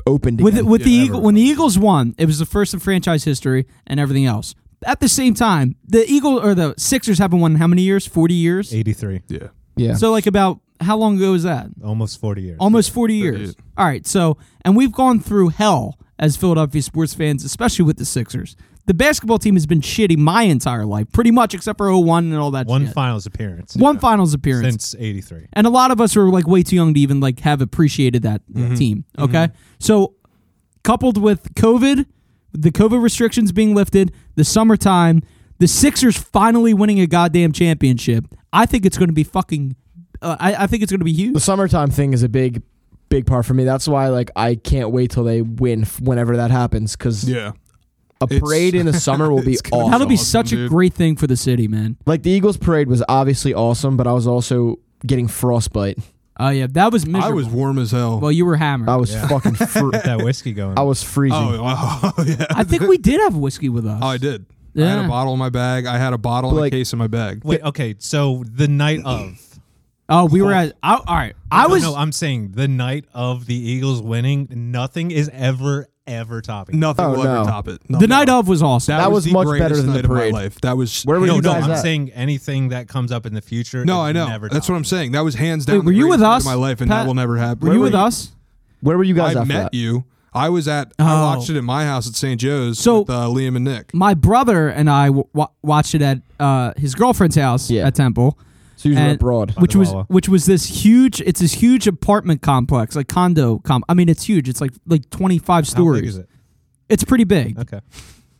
S3: opened
S1: with
S3: again.
S1: with the
S2: Yeah,
S1: Eagle, when the Eagles won, it was the first in franchise history and everything else. At the same time, the Eagle or the Sixers haven't won in how many years? Forty years.
S4: 83,
S2: Yeah.
S3: yeah.
S1: So like about how long ago is that?
S4: almost 40 years.
S1: Almost forty years.
S2: years.
S1: All right. So and we've gone through hell as Philadelphia sports fans, especially with the Sixers. The basketball team has been shitty my entire life, pretty much, except for 01 and all that.
S4: One
S1: shit.
S4: finals appearance.
S1: one finals appearance.
S4: Since 83.
S1: and a lot of us were like way too young to even like have appreciated that
S2: Mm-hmm.
S1: team okay so coupled with covid the covid restrictions being lifted the summertime the sixers finally winning a goddamn championship i think it's going to be fucking uh, I, I think it's going to be
S3: the
S1: huge
S3: summertime thing is a big, big part for me. That's why like I can't wait till they win f- whenever that happens because
S2: Yeah.
S3: a
S2: It's-
S3: parade in the summer will be
S2: it's gonna be
S3: awesome.
S1: that'll be
S2: awesome,
S1: such a
S2: dude.
S1: great thing for the city man
S3: Like the Eagles parade was obviously awesome, but I was also getting frostbite.
S1: oh yeah that was miserable.
S2: I was warm as hell.
S1: well you were hammered
S3: I was fucking. Fr-
S4: Get that whiskey going.
S3: I was freezing.
S2: oh, oh, yeah.
S1: i think we did have whiskey with us
S2: Oh, I did. I had
S1: Yeah.
S2: a bottle in my bag. I had a bottle and
S3: Like-
S2: a case in my bag.
S4: Wait, okay. So the night of.
S1: oh we were at I, all right i
S4: No,
S1: was
S4: No, I'm saying the night of the Eagles winning, nothing is ever, ever topping.
S2: Nothing
S3: Oh,
S2: will
S3: no.
S2: ever top it.
S1: the night of was awesome
S2: That,
S3: That was
S2: the
S3: much
S2: greatest
S3: better than the
S2: night of my
S3: parade.
S2: life. That was
S3: Where were
S4: No,
S3: you
S4: no,
S3: guys
S4: I'm
S3: at?
S4: saying anything that comes up in the future.
S2: No,
S4: is
S2: I know.
S4: Never
S2: That's what I'm
S4: topped.
S2: saying. That was hands down.
S1: Wait, were
S2: the
S1: you with
S2: greatest night
S1: us,
S2: of my life, and
S1: Pat?
S2: that will never happen.
S1: were you with us
S3: Where were you guys?
S2: I
S3: after
S2: met
S3: that?
S2: you. I was at.
S1: Oh.
S2: I watched it at my house at St. Joe's
S1: So-
S2: with uh, Liam and Nick.
S1: my brother and I w- wa watched it at uh, his girlfriend's house
S3: Yeah.
S1: at Temple,
S3: So you were
S1: and-
S3: abroad.
S1: which was
S4: Wawa.
S1: which was this huge. It's this huge apartment complex, like condo. Com- I mean, it's huge. It's like like twenty five
S4: How big
S1: stories.
S4: is it?
S1: It's pretty big.
S4: Okay.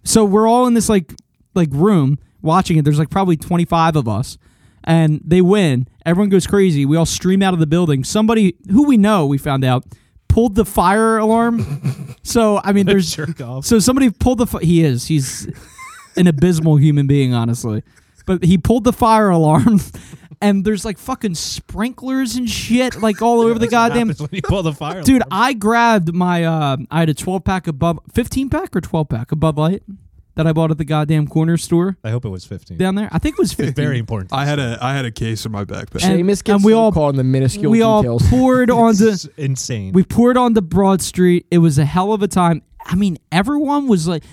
S1: So we're all in this like like room watching it. There's like probably 25 of us, and they win. Everyone goes crazy. We all stream out of the building. Somebody who we know, we found out, pulled the fire alarm. so I mean, there's
S4: Jerk off.
S1: so somebody pulled the. Fi- he is. He's an abysmal human being, honestly. But he pulled the fire alarm, and there's like fucking sprinklers and shit, like all over the
S4: That's what
S1: goddamn.
S4: happens when you pull the fire.
S1: Dude,
S4: alarm.
S1: I grabbed my. Uh, I had a 12 pack of Bud, 15 pack or 12 pack of Bud Light that I bought at the goddamn corner store
S4: I hope it was 15.
S1: down there. I think it was 15.
S4: Very important.
S2: I had a I had a case in my backpack.
S1: and-
S3: Seamus gets
S1: and we all-
S3: caught in the minuscule
S1: we all
S3: details.
S1: poured onto.
S4: It's insane.
S1: We poured onto Broad Street. It was a hell of a time. I mean, everyone was like,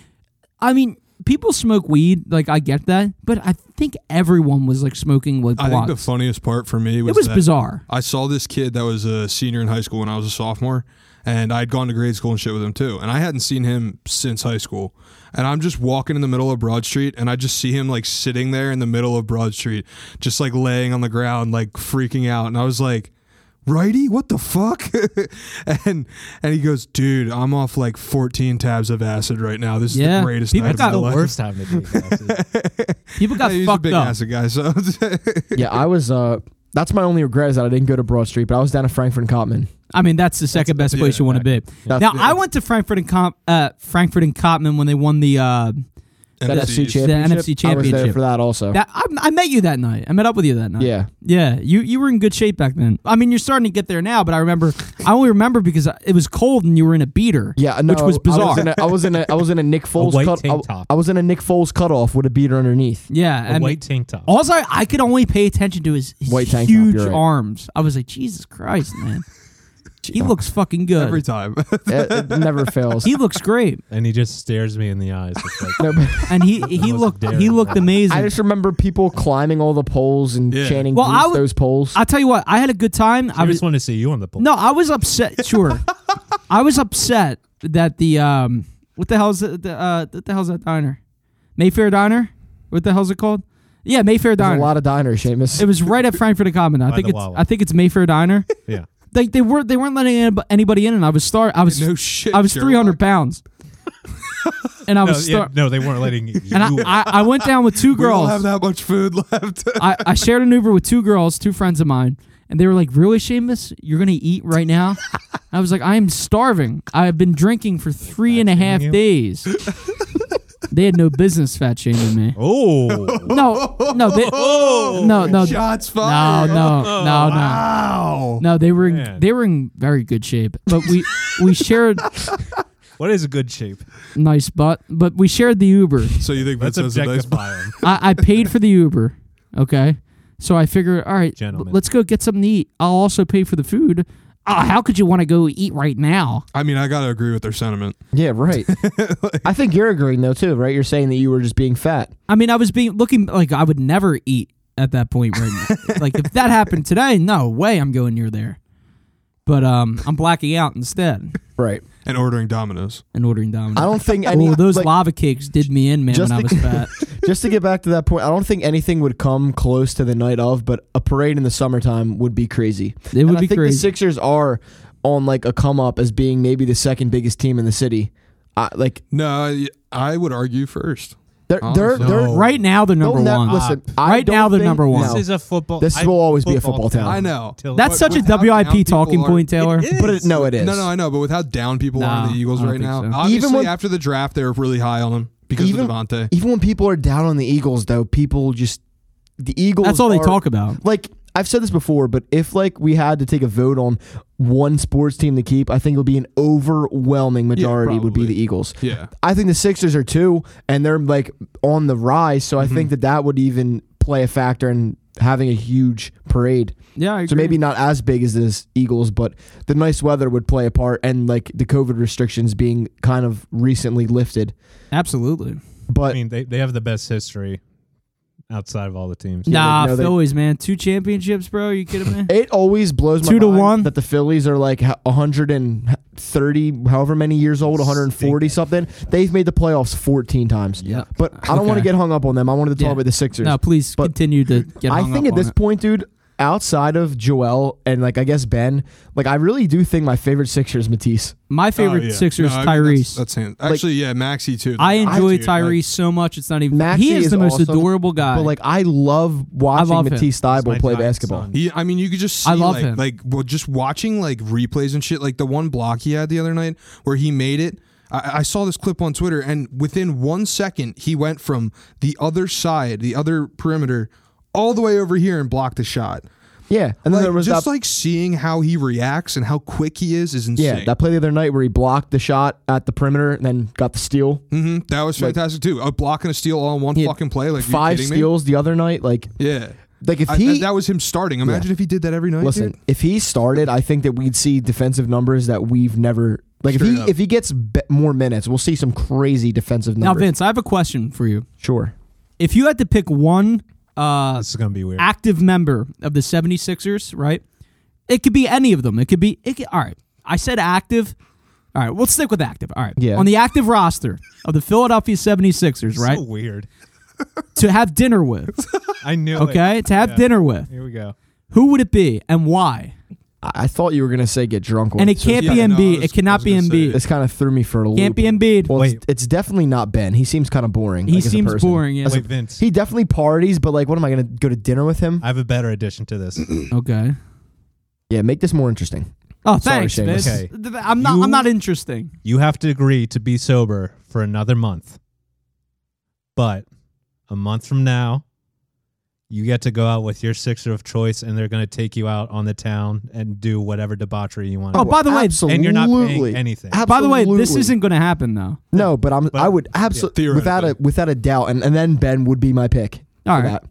S1: I mean, people smoke weed. Like, I get that, but I think everyone was like smoking like
S2: I think the
S1: blunts.
S2: funniest part for me was
S1: It was
S2: that
S1: bizarre.
S2: I saw this kid that was a senior in high school when I was a sophomore, and I'd gone to grade school and shit with him too. And I hadn't seen him since high school. And I'm just walking in the middle of Broad Street, and I just see him like sitting there in the middle of Broad Street, just like laying on the ground, like freaking out. And I was like, Righty, what the fuck? and and he goes, dude, I'm off like 14 tabs of acid right now. This is
S1: Yeah.
S2: the greatest
S1: People
S2: night of
S1: got
S2: my
S4: the
S2: life.
S4: worst time to do that.
S1: People got
S2: Yeah, he's a
S1: fucked
S2: big
S1: up.
S2: acid guy, so
S3: yeah, I was. Uh, that's my only regret is that I didn't go to Broad Street, but I was down at Frankfurt and Cotman.
S1: I mean, that's the second best place you want to be.
S3: That's-
S1: now,
S3: yeah.
S1: I went to Frankfurt and Com- uh, Frankfurt and Cotman when they won the. Uh,
S3: That
S2: NFCs.
S3: NFC championship.
S1: NFC
S3: I was there
S1: championship.
S3: for that also.
S1: that I, I met you that night. I met up with you that night.
S3: Oh. yeah.
S1: yeah. You you were in good shape back then. I mean, you're starting to get there now, but I remember I only remember because it was cold and you were in a beater.
S3: Yeah, no,
S1: which was
S3: I
S1: bizarre.
S3: was in a, I was in a, I was in a Nick Foles
S4: white
S3: cut.
S4: tank
S3: I,
S4: top.
S3: I was in a Nick Foles cutoff with a beater underneath.
S1: yeah,
S4: A
S1: and
S4: white tank top.
S1: All I, I could only pay attention to is his
S3: White tank top,
S1: huge
S3: you're right.
S1: arms. I was like, Jesus Christ, man. he looks fucking good.
S2: Every time.
S3: It, it never fails.
S1: he looks great,
S4: and he just stares me in the eyes. It's like,
S3: No, but
S1: and he he
S4: most
S1: looked
S4: daring
S1: he looked
S4: man.
S1: amazing.
S3: I just remember people climbing all the poles and
S2: Yeah.
S3: chanting
S1: Well,
S3: "Grease
S1: I would-
S3: those poles.
S1: I'll tell you what, I had a good time. I
S4: I
S1: was
S4: just want to see you on the pole.
S1: no, I was upset. Sure, I was upset that the um, what the hell's the, the uh, what the hell's that diner? Mayfair Diner? What the hell's it called? Yeah, Mayfair
S3: There's
S1: Diner.
S3: a lot of diners, Seamus.
S1: it was right at Frankfurt and Common. I
S4: By
S1: think
S4: the
S1: it's
S4: Wawa.
S1: I think it's Mayfair Diner.
S4: Yeah.
S1: Like they weren't they weren't letting anyb- anybody in, and I was star. I was
S2: no shit.
S1: I was
S2: Sherlock.
S1: 300 pounds. and I
S4: No,
S1: was
S4: yeah,
S1: star-
S4: no, they weren't letting you.
S1: and I, I, I went down with two
S2: We don't
S1: girls.
S2: have that much food left.
S1: I, I shared an Uber with two girls, two friends of mine, And they were like, Really, Seamus? You're going to eat right now? I was like, I'm starving. I've been drinking for three and a half
S4: you.
S1: days. they had no business fat shaming me.
S4: Oh,
S1: No, no, they,
S3: Oh!
S1: no, no.
S2: Shots
S1: No,
S2: fired.
S1: no, no, no.
S2: Wow.
S1: No, they were in,
S4: Man.
S1: they were in very good shape, but we we shared
S4: what is a good shape?
S1: nice butt, but we shared the Uber.
S2: So you think
S4: Let's
S2: Vince has a nice
S4: objectify him.
S1: I, I paid for the Uber. Okay. So I figured, all right,
S4: Gentlemen.
S1: let's go get something to eat. I'll also pay for the food. Oh, how could you want to go eat right now?
S2: I mean, I gotta agree with their sentiment.
S3: Yeah, right. I think you're agreeing though too, right? You're saying that you were just being fat.
S1: I mean, I was being looking like I would never eat at that point right now. like if that happened today, no way I'm going near there. But um, I'm blacking out instead
S3: Right.
S2: And ordering Domino's.
S1: and ordering Domino's.
S3: I don't think any
S1: Well, those
S3: like,
S1: lava cakes did me in, man. When
S3: Just
S1: I was fat,
S3: just to get back to that point, I don't think anything would come close to the night of, but a parade in the summertime would be crazy.
S1: it
S3: and
S1: would
S3: I
S1: be
S3: think the
S1: crazy.
S3: Sixers are on like a come up as being maybe the second biggest team in the city. I, like
S2: No, I, I would argue first.
S3: they're they're,
S2: Awesome.
S3: they're
S4: No.
S1: right now, they're Oh, number
S3: don't
S1: one.
S3: ne- Listen, I
S1: Right
S3: don't
S1: now they're
S3: think-
S1: number one.
S3: no.
S4: This is a football.
S3: This will always be a football town.
S2: I know.
S4: Till-
S1: That's
S2: But
S1: such a
S2: without
S1: WIP
S2: how
S1: talking
S2: people are-
S1: point, Taylor.
S4: It is.
S3: but it, no, it is.
S2: No, no, I know. But with how down people are
S1: Nah,
S2: on the Eagles
S1: I don't
S2: right
S1: think
S2: now,
S1: so.
S2: obviously
S3: Even when-
S2: after the draft, they were really high on him because
S3: Even-
S2: of Devontae.
S3: Even when people are down on the Eagles, though, people just the Eagles.
S1: That's all they
S3: are-
S1: talk about.
S3: Like I've said this before, but if like we had to take a vote on one sports team to keep, I think it would be an overwhelming majority would be
S2: probably.
S3: the Eagles.
S2: Yeah.
S3: I think the Sixers are two, and they're like on the rise. So
S1: Mm-hmm.
S3: I think that that would even play a factor in having a huge parade.
S1: Yeah, I agree.
S3: So maybe not as big as this Eagles, but the nice weather would play a part, and like the COVID restrictions being kind of recently lifted.
S1: absolutely.
S3: But
S4: I mean, they, they have the best history outside of all the teams.
S3: Yeah,
S1: Nah,
S3: they- no, they-
S1: Phillies, man, two championships, bro. Are you kidding me?
S3: It always blows my
S1: Two to
S3: mind
S1: one.
S3: that the Phillies are like h- 130, however many years old, 140 something. They've made the playoffs 14 times.
S1: Yep.
S3: But I don't want to
S1: Okay.
S3: get hung up on them. I wanted to talk
S1: Yeah.
S3: about the Sixers.
S1: No, please
S3: But
S1: continue to get.
S3: I
S1: hung
S3: think
S1: up
S3: at this
S1: on it.
S3: point, dude, outside of Joel and like I guess Ben, like I really do think my favorite Sixer is Matisse.
S1: my favorite
S2: Oh, yeah.
S1: Sixers
S2: No, I mean,
S1: Tyrese.
S2: That's, that's hand- actually yeah, Maxi too.
S1: I enjoy
S2: Dude, like,
S1: Tyrese so much. It's not even.
S3: Maxey
S1: he is,
S3: is
S1: the most
S3: awesome,
S1: adorable guy.
S3: But like I love watching
S1: love him.
S3: Matisse Thibault
S4: my
S3: play
S4: giant
S3: basketball.
S4: son.
S2: He, I mean, you could just see
S1: I love
S2: like,
S1: him.
S2: like, well, just watching like replays and shit. Like the one block he had the other night where he made it. I, I saw this clip on Twitter, and within one second, he went from the other side, the other perimeter, all the way over here and blocked the shot.
S3: Yeah, and then
S2: Like,
S3: there was
S2: just
S3: that,
S2: like seeing how he reacts and how quick he is is
S3: yeah
S2: insane.
S3: that play the other night where he blocked the shot at the perimeter and then got the steal.
S2: hmm that was fantastic too. A block and a steal all in one
S3: He had
S2: fucking play. Like are you
S3: Five
S2: kidding me?
S3: steals the other night. Like
S2: Yeah,
S3: like if
S2: I-
S3: he
S2: I- that was him starting. Imagine if he did that every night.
S3: Listen,
S2: dude.
S3: if he started, I think that we'd see defensive numbers that we've never like.
S2: Straight
S3: if he
S2: up.
S3: if he gets be- more minutes, we'll see some crazy defensive
S1: now,
S3: numbers.
S1: Vince, I have a question for you.
S3: sure.
S1: If you had to pick one uh,
S4: This is gonna be weird.
S1: active member of the 76ers, right? It could be any of them. It could be. It could, all right. I said active. All right. We'll stick with active. All right.
S3: Yeah.
S1: On the active roster of the Philadelphia 76ers, right?
S4: So weird.
S1: to have dinner with.
S4: I knew. It.
S1: Okay. to have
S4: Yeah.
S1: dinner with.
S4: Here we go.
S1: Who would it be and why?
S3: I, I thought you were gonna say get drunk.
S1: And it
S3: once, so
S1: can't
S2: Yeah,
S1: be
S2: I know, I
S1: Embiid.
S2: was-
S1: It
S2: I
S1: cannot
S2: was
S1: be
S2: gonna say.
S1: Embiid.
S3: This kind of threw me for a loop.
S1: Can't be Embiid.
S3: Well, it's,
S4: Wait.
S3: it's definitely not Ben. He seems kind of boring.
S1: He
S3: like, as a
S1: seems
S3: person.
S1: boring, yeah.
S3: As a-
S4: Wait, Vince.
S3: he definitely parties, but like, what am I gonna go to dinner with him?
S4: I have a better addition to this.
S1: Okay.
S3: yeah, make this more interesting.
S1: Oh,
S3: Sorry,
S1: thanks,
S3: Seamus.
S1: Vince.
S4: Okay.
S1: Th- I'm not. I'm
S4: You-
S1: not interesting.
S4: You have to agree to be sober for another month. But a month from now, you get to go out with your sixer of choice, and they're going to take you out on the town and do whatever debauchery you want.
S1: Oh, by the way-
S3: absolutely.
S4: and you're not paying anything.
S1: By the way, this
S3: Absolutely.
S1: isn't going to happen though.
S3: No, but I'm.
S4: But-
S3: I would absolutely
S2: Yeah.
S3: without a without a doubt, and, and then Ben would be my pick.
S1: All right.
S3: for that.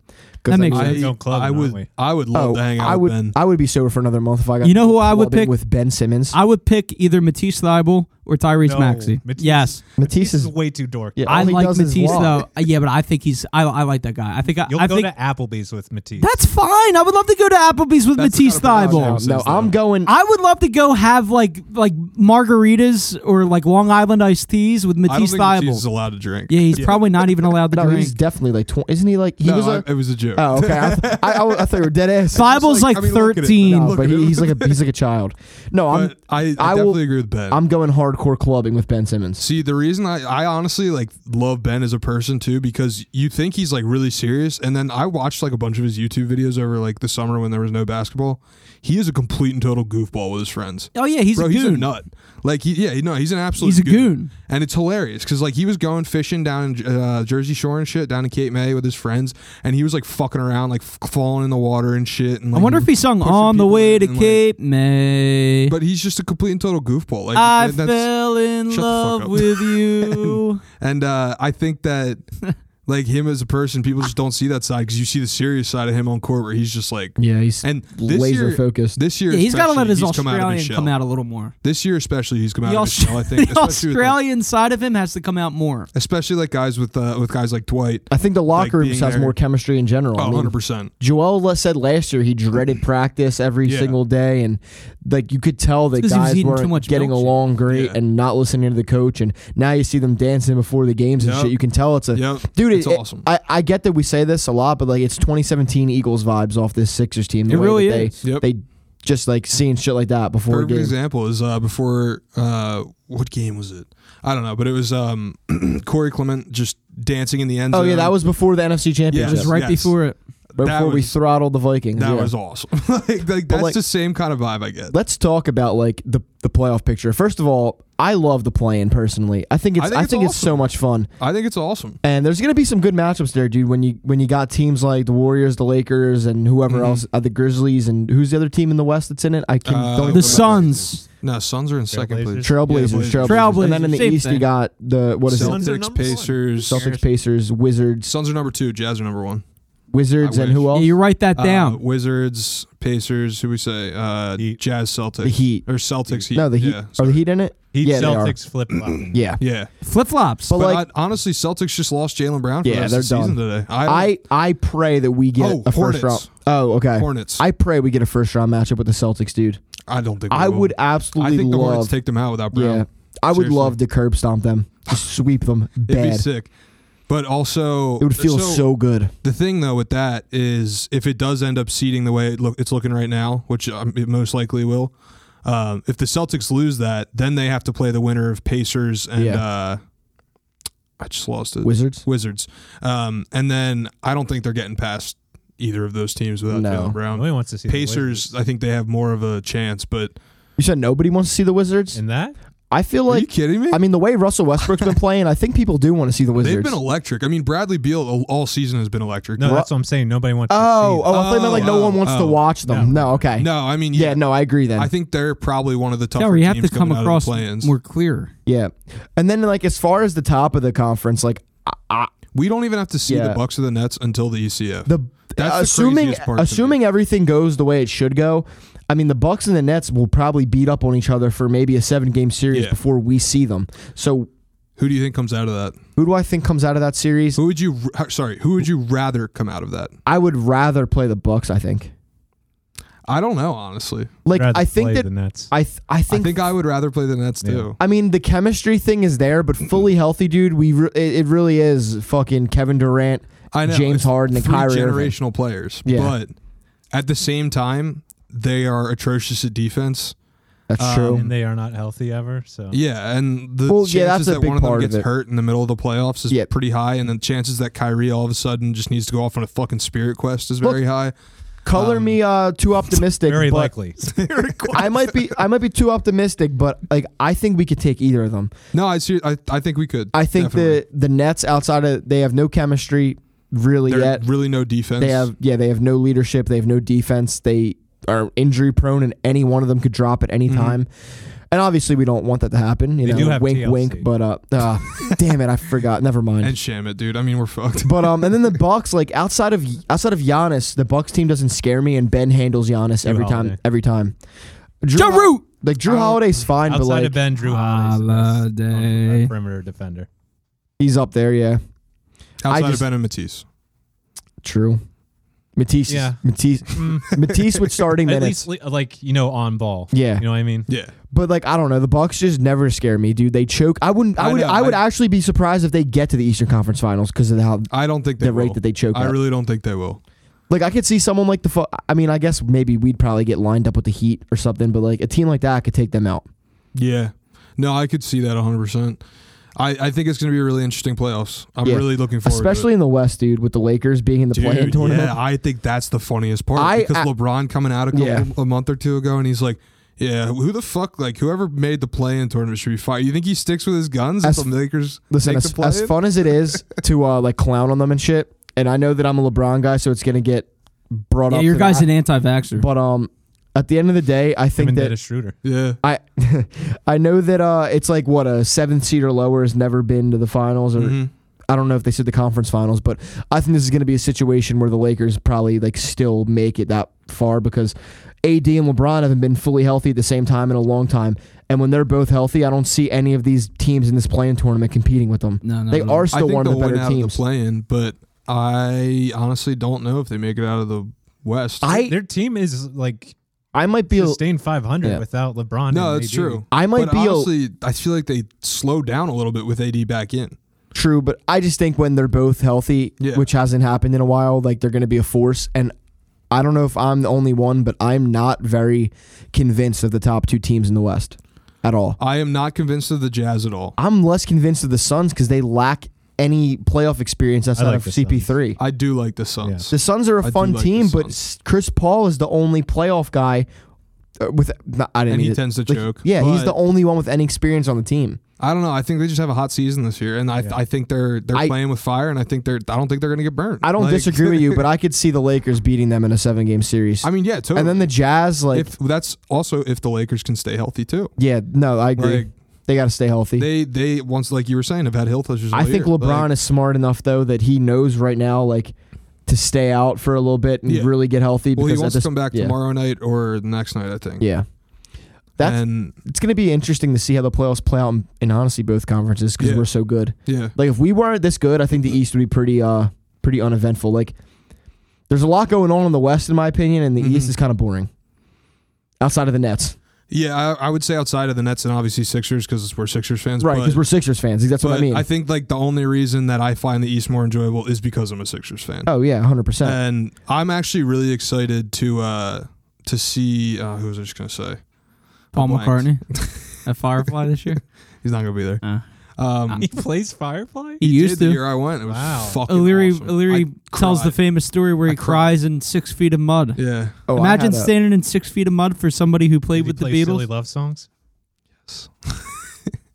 S1: That
S3: 'Cause I Oh,
S1: makes
S2: I,
S1: sense.
S4: We're going clubbing,
S2: I would.
S4: aren't we?
S2: I would love to hang out.
S3: I would,
S2: with Ben.
S3: I would be sober for another month if I got.
S1: You know who I would
S3: clubbing
S1: pick?
S3: with Ben Simmons.
S1: I would pick either Matisse Thybul or Tyrese
S4: No,
S1: Maxey.
S4: Matisse-
S1: Yes,
S3: Matisse
S4: This
S3: is.
S4: is way too dorky.
S3: Yeah,
S1: I
S3: all he
S1: like
S3: does is
S1: Matisse
S3: walk.
S1: though. Uh, Yeah, but I think he's. I, I like that guy. I think. I,
S4: You'll
S1: I
S4: go
S1: think
S4: to Applebee's with Matisse.
S1: that's fine. I would love to go to Applebee's with
S2: That's
S1: Matisse
S2: not a problem.
S1: Thybul.
S3: No,
S2: Simmons,
S3: I'm
S2: though.
S3: going.
S1: I would love to go have like like margaritas or like Long Island iced teas with
S2: I don't
S1: Matisse
S2: think Matisse
S1: Thybul.
S2: is allowed to drink.
S1: yeah, he's probably not even allowed to
S3: No,
S1: drink.
S3: he's definitely like. Tw- isn't he like? He
S2: no,
S3: was
S2: I-
S3: a.
S2: it was a joke. joke.
S1: uh,
S3: Oh, okay. I, th- I, I w- I thought you were dead ass.
S1: Bible's
S2: like-
S1: like,
S2: I mean, look at it.
S1: thirteen.
S2: No,
S3: No,
S2: Look
S3: but
S2: at
S3: he,
S2: him.
S3: he's like a he's like a child. No, I'm
S2: but I, I,
S3: I will-
S2: definitely agree with Ben.
S3: I'm going hardcore clubbing with Ben Simmons.
S2: See, the reason I, I honestly like love Ben as a person too, because you think he's like really serious, and then I watched like a bunch of his YouTube videos over like the summer when there was no basketball. He is a complete and total goofball with his friends.
S1: Oh yeah, he's
S2: Bro,
S1: a
S2: he's a
S1: goon.
S2: nut. Like, he, yeah, no, he's an absolute.
S1: He's a goon.
S2: and it's hilarious because like he was going fishing down in uh, Jersey Shore and shit, down in Cape May with his friends, and he was like fucking around, like f- falling in the water and shit. And
S1: I
S2: like,
S1: wonder if he sung
S2: pushing
S1: "On the
S2: people
S1: Way
S2: in
S1: to
S2: and, like-
S1: Cape May."
S2: But he's just a complete and total goofball. Like
S1: I
S2: that- that's,
S1: fell in
S2: Shut the fuck
S1: love
S2: up.
S1: with you.
S2: And uh, I think that like him as a person, people just don't see that side because you see the serious side of him on court where he's just like.
S3: Yeah, he's
S2: And this
S3: laser
S2: year,
S3: focused.
S2: this year,
S1: yeah, he's got to
S2: especially,
S1: let his
S2: he's come out of his
S1: Australian
S2: shell.
S1: come out a little more.
S2: This year, especially, he's come out
S1: The,
S2: of his shell. I think,
S1: the
S2: especially, with, like,
S1: Australian side of him has to come out more.
S2: especially like guys with uh, with guys like Dwight.
S3: I think the locker
S2: like
S3: rooms
S2: being
S3: has
S2: there-
S3: more chemistry in general. I
S2: Oh,
S3: mean,
S2: 100 percent.
S3: Joel le- said last year he dreaded practice every
S2: Yeah.
S3: single day, and like you could tell that
S1: 'cause he was
S3: guys
S1: eating
S3: weren't
S1: too much
S3: getting
S1: milkshake.
S3: along great
S2: Yeah.
S3: and not listening to the coach. And now you see them dancing before the games and
S2: Yep.
S3: shit. You can tell it's a
S2: Yep,
S3: dude.
S2: it's
S3: it- it-
S2: awesome.
S3: I, I get that we say this a lot, but like it's 2017 Eagles vibes off this Sixers team. The
S1: It
S3: way
S1: really
S3: that
S1: is.
S3: They,
S2: Yep.
S3: they just like seeing shit like that before a
S2: Perfect
S3: game.
S2: example is uh, before uh, what game was it? I don't know, but it was um, Corey Clement just dancing in the end
S3: Oh
S2: zone.
S3: yeah, that was before the NFC
S1: It
S3: Championship.
S1: was
S2: Yes,
S1: right
S2: yes.
S1: before it.
S3: Before
S2: that
S3: we
S2: was-
S3: throttled the Vikings.
S2: that
S3: yeah.
S2: was awesome. like, like that's
S3: like-
S2: the same kind of vibe I get.
S3: Let's talk about like the the playoff picture. First of all, I love the play-in personally. I think it's I think, it's, so
S2: awesome.
S3: much fun.
S2: I think it's awesome.
S3: And there's gonna be some good matchups there, dude. When you when you got teams like the Warriors, the Lakers, and whoever else, uh, the Grizzlies, and who's the other team in the West that's in it? I can
S2: Mm-hmm. Uh,
S3: don't
S2: The
S1: The
S3: even
S2: Sun-
S1: Suns.
S2: No, Suns are in second
S4: Trailblazers.
S2: place.
S3: Trailblazers,
S2: Yeah,
S3: Trailblazers, and then
S1: Trailblazers,
S3: in the
S1: same
S3: East you
S1: thing.
S3: got the what is
S4: Suns. Suns
S3: it?
S4: are
S2: Celtics,
S4: number one.
S2: Pacers.
S3: Celtics, Pacers, Wizards,
S2: Suns are number two. Jazz are number one.
S3: Wizards,
S2: I
S3: and who
S2: wish.
S1: Yeah,
S3: else?
S1: you write that
S2: Uh,
S1: down.
S2: Wizards, Pacers. Who we say? Uh,
S4: Heat.
S2: Jazz, Celtics.
S3: The Heat.
S2: or Celtics. Heat.
S3: No, the Heat
S2: Yeah,
S3: are
S2: sorry.
S3: the Heat in it?
S4: Heat
S3: yeah,
S4: Celtics flip flop.
S3: they are. Yeah.
S2: Yeah,
S1: Flip flops.
S3: But
S2: but
S3: like-
S2: I, honestly, Celtics just lost Jalen Brown for
S3: Yeah,
S2: the rest
S3: they're
S2: of the season
S3: done.
S2: today.
S3: I I pray that we get
S2: Oh,
S3: a first
S2: Hornets.
S3: round. Oh, okay.
S2: Hornets. I,
S3: I pray we get a first round matchup with the Celtics, dude.
S2: don't think
S3: I
S2: we will.
S3: would
S2: I
S3: absolutely
S2: think the Hornets
S3: love.
S2: take them out without Brown.
S3: yeah, I would
S2: Seriously.
S3: love to curb stomp them, just sweep them
S2: It'd be
S3: bad. It
S2: sick. But also,
S3: would feel so, good.
S2: The thing though with that is, if it does end up seeding the way it look, it's looking right now, which um, it most likely will, um, if the Celtics lose that, then they have to play the winner of Pacers and
S3: Yeah.
S2: uh, I just lost it.
S3: Wizards.
S2: Wizards. Um, and then I don't think they're getting past either of those teams without
S3: No.
S2: Jalen Brown.
S1: Oh,
S4: Nobody wants to see the Wizards.
S2: Pacers, I think they have more of a chance. But
S3: You said nobody wants to see the Wizards.
S4: in that.
S3: I feel
S2: are you
S3: like
S2: kidding me?
S3: I mean the way Russell Westbrook's been playing, I think people do want to see the
S2: They've
S3: Wizards.
S2: been electric. I mean, Bradley Beal all- all season has been electric.
S4: No,
S3: Bro-
S4: that's what I'm saying. Nobody wants.
S3: oh,
S4: to
S3: oh, I thought you meant like no
S2: Oh,
S3: one wants to
S2: oh,
S3: watch them. No, okay.
S2: No, I mean,
S3: Yeah,
S2: yeah,
S3: no, I agree then.
S2: I think they're probably one of the tougher
S1: No, you have to
S2: teams
S1: come
S2: coming
S1: across
S2: out of the play-ins.
S1: more clear.
S3: yeah, and then like as far as the top of the conference, like I, I,
S2: We don't even have to see
S3: Yeah.
S2: the Bucks or the Nets until the E ECF.
S3: the
S2: That's the
S3: assuming
S2: craziest part to me.
S3: assuming everything goes the way it should go. I mean, the Bucks and the Nets will probably beat up on each other for maybe a seven game series
S2: Yeah.
S3: before we see them. So,
S2: who do you think comes out of that?
S3: who do I think comes out of that series?
S2: Who would you? r- Sorry, who would you rather come out of that?
S3: I would rather play the Bucks. I think.
S2: I don't know, honestly.
S3: Like,
S4: Rather
S3: I think
S4: play
S3: that
S4: the Nets.
S3: I th- I
S2: I
S3: think. I
S2: think I would rather play the Nets
S4: Yeah.
S2: too.
S3: mean, the chemistry thing is there, but fully healthy, dude. We re- it, it really is fucking Kevin Durant,
S2: I know
S3: James
S2: it's
S3: Harden, and
S2: three
S3: Kyrie Irving.
S2: generational players,
S3: Yeah.
S2: but at the same time, they are atrocious at defense.
S3: That's
S2: um,
S3: true.
S4: and they are not healthy ever. So
S2: Yeah, and the
S3: Well,
S2: chances
S3: yeah, that's a
S2: that
S3: big
S2: one of them
S3: part of
S2: gets
S3: it.
S2: hurt in the middle of the playoffs is
S3: Yeah.
S2: pretty high, and the chances that Kyrie all of a sudden just needs to go off on a fucking spirit quest is
S3: Look-
S2: very high.
S3: Color
S2: um,
S3: me uh, too optimistic.
S4: very
S3: but
S4: likely.
S3: I might be I might be too optimistic, but like I think we could take either of them.
S2: No, I see. I, I think we could.
S3: I think
S2: definitely.
S3: the the Nets outside of they have no chemistry really
S2: They're
S3: yet.
S2: really no defense.
S3: They have yeah, they have no leadership, they have no defense. They are injury prone and any one of them could drop at any
S2: Mhm.
S3: time. And obviously we don't want that to happen, you
S4: Mm-hmm. They
S3: know.
S4: do have
S3: wink
S4: TLC.
S3: wink, but uh, uh damn it, I forgot. Never mind.
S2: and sham it, dude. I mean, we're fucked.
S3: but um and then the Bucks like outside of outside of Giannis, the Bucks team doesn't scare me and Ben handles Giannis
S4: Drew
S3: every time
S4: Holiday.
S3: every time. Drew,
S1: Ja
S3: Hol-
S1: Root!
S3: like Drew
S2: I don't-
S3: Holiday's fine,
S4: Outside
S3: but like
S4: of Ben Drew Holiday's the best
S1: Holiday.
S4: on- perimeter defender.
S3: he's up there, yeah.
S2: Outside
S3: just-
S2: of Ben and Matisse,
S3: True. Matisse,
S4: Yeah.
S3: Matisse,
S4: Mm,
S3: Matisse with starting
S4: at
S3: minutes.
S4: least li- like you know on ball.
S3: Yeah.
S4: you know what I mean.
S2: yeah,
S3: But like I don't know, the Bucks just never scare me, dude. They choke. I wouldn't. I,
S2: I
S3: would.
S2: know,
S3: I would
S2: I-
S3: actually be surprised if they get to the Eastern Conference Finals because of how
S2: I don't think they
S3: the
S2: will.
S3: rate that they choke.
S2: I
S3: at.
S2: really don't think they will.
S3: Like I could see someone like the. Fu- I mean, I guess maybe we'd probably get lined up with the Heat or something, but like a team like that could take them out.
S2: Yeah. No, I could see that 100%. I, I think it's going to be a really interesting playoffs. I'm
S3: Yeah.
S2: really looking forward
S3: Especially
S2: to it.
S3: in the West, dude, with the Lakers being in the play-in
S2: Dude,
S3: tournament.
S2: yeah, I think that's the funniest part
S3: I-
S2: because
S3: I-
S2: LeBron coming out a, couple,
S3: Yeah.
S2: a month or two ago and he's like, yeah, who the fuck, like, whoever made the play-in tournament should be fired. You think he sticks with his guns
S3: As-
S2: if the Lakers
S3: Listen,
S2: make the
S3: as,
S2: play
S3: as fun as it is to uh, like clown on them and shit, and I know that I'm a LeBron guy, so it's gonna get brought
S1: Yeah,
S3: up.
S1: your
S3: to
S1: guy's
S3: that.
S1: an anti-vaxxer.
S3: But um, at the end of the day, I
S4: Him
S3: think
S4: and
S3: that
S4: Dennis Schroeder.
S2: Yeah.
S3: I I know that uh, it's like what a seventh seed or lower has never been to the finals, or
S2: Mhm.
S3: I don't know if they said the conference finals, but I think this is going to be a situation where the Lakers probably like still make it that far because AD and LeBron haven't been fully healthy at the same time in a long time, and when they're both healthy, I don't see any of these teams in this playing tournament competing with them.
S1: no, no,
S3: They
S1: no.
S3: are still
S2: I think
S3: one of
S2: they'll
S3: the better
S2: win out of
S3: teams.
S2: the play-in, but I honestly don't know if they make it out of the West.
S3: I
S4: Their team is like
S3: I might be a,
S4: sustained 500
S3: Yeah.
S4: without LeBron.
S2: no,
S4: and
S2: that's
S4: AD.
S2: true.
S3: I might
S2: but
S3: be a,
S2: honestly, I feel like they slowed down a little bit with AD back in.
S3: True, but I just think when they're both healthy,
S2: Yeah.
S3: which hasn't happened in a while, like they're going to be a force. And I don't know if I'm the only one, but I'm not very convinced of the top two teams in the West at all.
S2: I am not convinced of the Jazz at all.
S3: I'm less convinced of the Suns because they lack any playoff experience outside
S4: like
S3: of
S4: the
S3: CP3.
S2: I do like the Suns.
S3: The Suns are a
S2: I do
S3: fun
S2: like the
S3: team, but
S2: Suns.
S3: s- Chris Paul is the only playoff guy uh, with. Not, I didn't
S2: And
S3: mean
S2: he
S3: to-
S2: tends to
S3: like,
S2: choke.
S3: Yeah, he's
S2: but
S3: the only one with any experience on the team.
S2: I don't know. I think they just have a hot season this year, and I
S4: Yeah.
S2: I think they're they're
S3: I-
S2: playing with fire, and I think they're I don't think they're gonna get burnt.
S3: I don't
S2: Like-
S3: disagree with you, but I could see the Lakers beating them in a seven game series.
S2: I mean, yeah, totally.
S3: and then the Jazz, like,
S2: if that's also if the Lakers can stay healthy too.
S3: Yeah, no, I agree.
S2: Like
S3: they got to stay healthy.
S2: they they once like you were saying have had health issues. all
S3: I think
S2: year.
S3: LeBron is smart enough though that he knows right now like to stay out for a little bit and
S2: Yeah.
S3: really get healthy
S2: well, he
S3: because at
S2: wants
S3: this,
S2: to come back
S3: yeah.
S2: tomorrow night or the next night. I think.
S3: yeah. That's
S2: and
S3: it's going to be interesting to see how the playoffs play out in, in honestly both conferences because
S2: Yeah.
S3: we're so good.
S2: yeah,
S3: Like if we weren't this good, I think the East would be pretty uh pretty uneventful. Like there's a lot going on in the West in my opinion, and the East
S2: Mhm.
S3: is kind of boring. Outside of the Nets,
S2: yeah. I, I would say outside of the Nets and obviously Sixers because we're Sixers fans,
S3: right?
S2: but-
S3: Because we're Sixers fans. That's what I
S2: But
S3: mean.
S2: I think like the only reason that I find the East more enjoyable is because I'm a Sixers fan,
S3: oh yeah, hundred percent.
S2: and I'm actually really excited to uh to see uh, who was I just gonna say?
S1: Paul
S2: Blanks.
S1: McCartney at Firefly this year.
S2: He's not gonna be there.
S1: Uh,
S2: Um,
S4: He plays Firefly?
S1: he
S2: did
S1: used
S2: the
S1: to.
S2: year I went. It was
S4: Wow.
S2: fucking
S1: O'Leary
S2: awesome.
S1: O'Leary
S2: I
S1: tells the
S2: cried.
S1: famous story where
S2: I
S1: he
S2: cried.
S1: cries in six feet of mud.
S2: yeah.
S3: Oh, I
S1: Imagine
S3: had a-
S1: standing in six feet of mud for somebody who
S4: Did
S1: played
S4: he
S1: with
S4: play
S1: the
S4: Silly
S1: Beatles.
S4: love songs?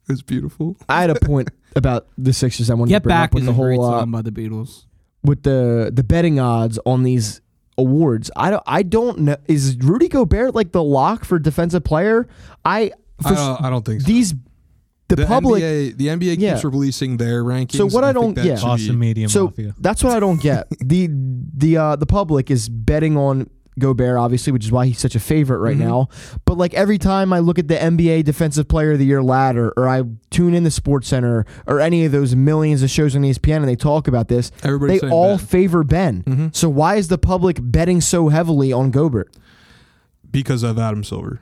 S2: It was beautiful.
S3: I had a point about the Sixers. I wanted to
S1: Get
S3: bring
S1: Back
S3: up with
S1: is
S3: the
S1: a great
S3: whole uh,
S1: song by the Beatles.
S3: with the the betting odds on these awards. I don't I don't know is Rudy Gobert like the lock for defensive player? I for
S2: I don't, I don't think so.
S3: these the, public
S2: NBA, the NBA keeps
S3: Yeah.
S2: releasing their rankings.
S3: So what
S2: and
S3: I
S2: think
S3: don't-
S2: that
S3: yeah.
S2: should
S4: Boston
S2: be-
S4: Media
S3: So
S4: Mafia.
S3: that's what I don't get. the the uh, the public is betting on Gobert obviously, which is why he's such a favorite right
S2: Mhm.
S3: now. But like every time I look at the NBA Defensive Player of the Year ladder, or I tune in the Sports Center, or any of those millions of shows on E ESPN, and they talk about this,
S2: Everybody's
S3: they
S2: saying
S3: all mm-hmm.
S2: Ben.
S3: favor Ben.
S2: Mhm.
S3: So why is the public betting so heavily on Gobert?
S2: because of Adam Silver.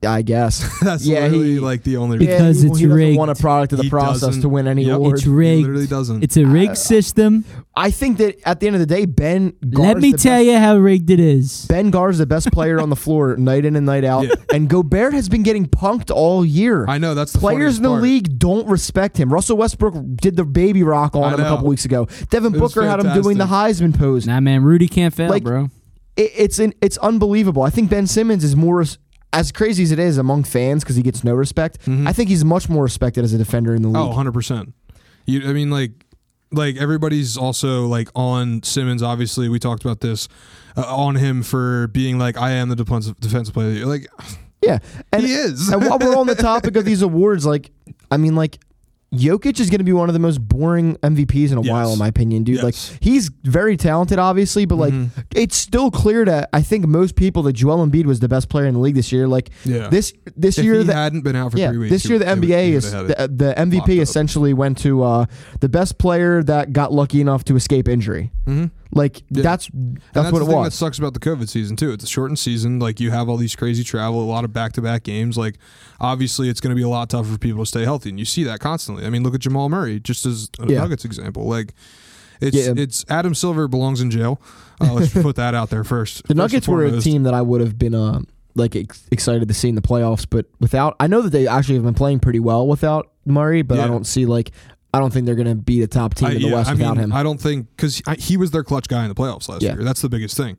S3: I guess.
S2: That's
S3: Yeah,
S2: literally
S3: he-
S2: like the only.
S1: Because
S2: reason.
S3: he-
S1: it's
S3: he doesn't
S1: rigged.
S3: want a product of the
S2: He
S3: process
S2: doesn't-
S3: to win any
S2: Yep.
S3: award.
S1: It's rigged.
S2: He literally doesn't.
S1: It's a rigged
S3: Uh,
S1: system.
S3: I think that at the end of the day, Ben.
S1: Let
S3: Gar's
S1: me
S3: the
S1: tell
S3: best-
S1: you how rigged it is.
S3: Ben Gar's the best player on the floor night in and night out,
S2: Yeah.
S3: and Gobert has been getting punked all year.
S2: I know that's the
S3: Players
S2: funniest
S3: in the
S2: part.
S3: league don't respect him. Russell Westbrook did the baby rock on
S2: I
S3: him a couple
S2: know.
S3: weeks ago. Devin
S2: It was
S3: Booker had him doing the Heisman pose.
S1: Nah, man, Rudy can't fail,
S3: Like-
S1: bro.
S3: it, it's in, it's unbelievable. I think Ben Simmons is more res- as crazy as it is among fans because he gets no respect. I think he's much more respected as a defender in the league.
S2: Mm-hmm. Oh, 100%. You I mean like like everybody's also like on Simmons obviously we talked about this uh, on him for being like I am the defensive defensive player of the year." like
S3: yeah, and
S2: he is.
S3: and while we're on the topic of these awards, like I mean, like Jokic is going to be one of the most boring MVPs in a
S2: Yes.
S3: while, in my opinion, dude.
S2: Yes.
S3: Like he's very talented, obviously, but like
S2: Mhm.
S3: it's still clear to I think most people that Joel Embiid was the best player in the league this year. Like
S2: yeah.
S3: this this
S2: if
S3: year
S2: he
S3: the
S2: hadn't been out for
S3: yeah,
S2: 3 weeks.
S3: this
S2: he
S3: year the
S2: would- he would-
S3: NBA
S2: he
S3: is
S2: would've had it.
S3: the, the
S2: locked up.
S3: MVP essentially went to uh, the best player that got lucky enough to escape injury.
S2: Mhm.
S3: Like
S2: Yeah.
S3: that's
S2: And
S3: that's, what
S2: the
S3: it
S2: thing
S3: was.
S2: That sucks about the COVID season too. It's a shortened season. Like you have all these crazy travel, a lot of back-to-back games. Like obviously, it's going to be a lot tougher for people to stay healthy, and you see that constantly. I mean, look at Jamal Murray, just as a
S3: Yeah.
S2: Nuggets example. Like It's
S3: Yeah.
S2: it's Adam Silver belongs in jail. Uh, let's put that out there first.
S3: The
S2: First
S3: Nuggets
S2: and
S3: were a
S2: foremost.
S3: team that I would have been uh, like ex- excited to see in the playoffs, but without I know that they actually have been playing pretty well without Murray, but
S2: Yeah.
S3: I don't see like I don't think they're going to be the top team
S2: I,
S3: in the
S2: yeah,
S3: West
S2: I
S3: without
S2: mean,
S3: him.
S2: I don't think because he was their clutch guy in the playoffs last
S3: Yeah.
S2: year. That's the biggest thing.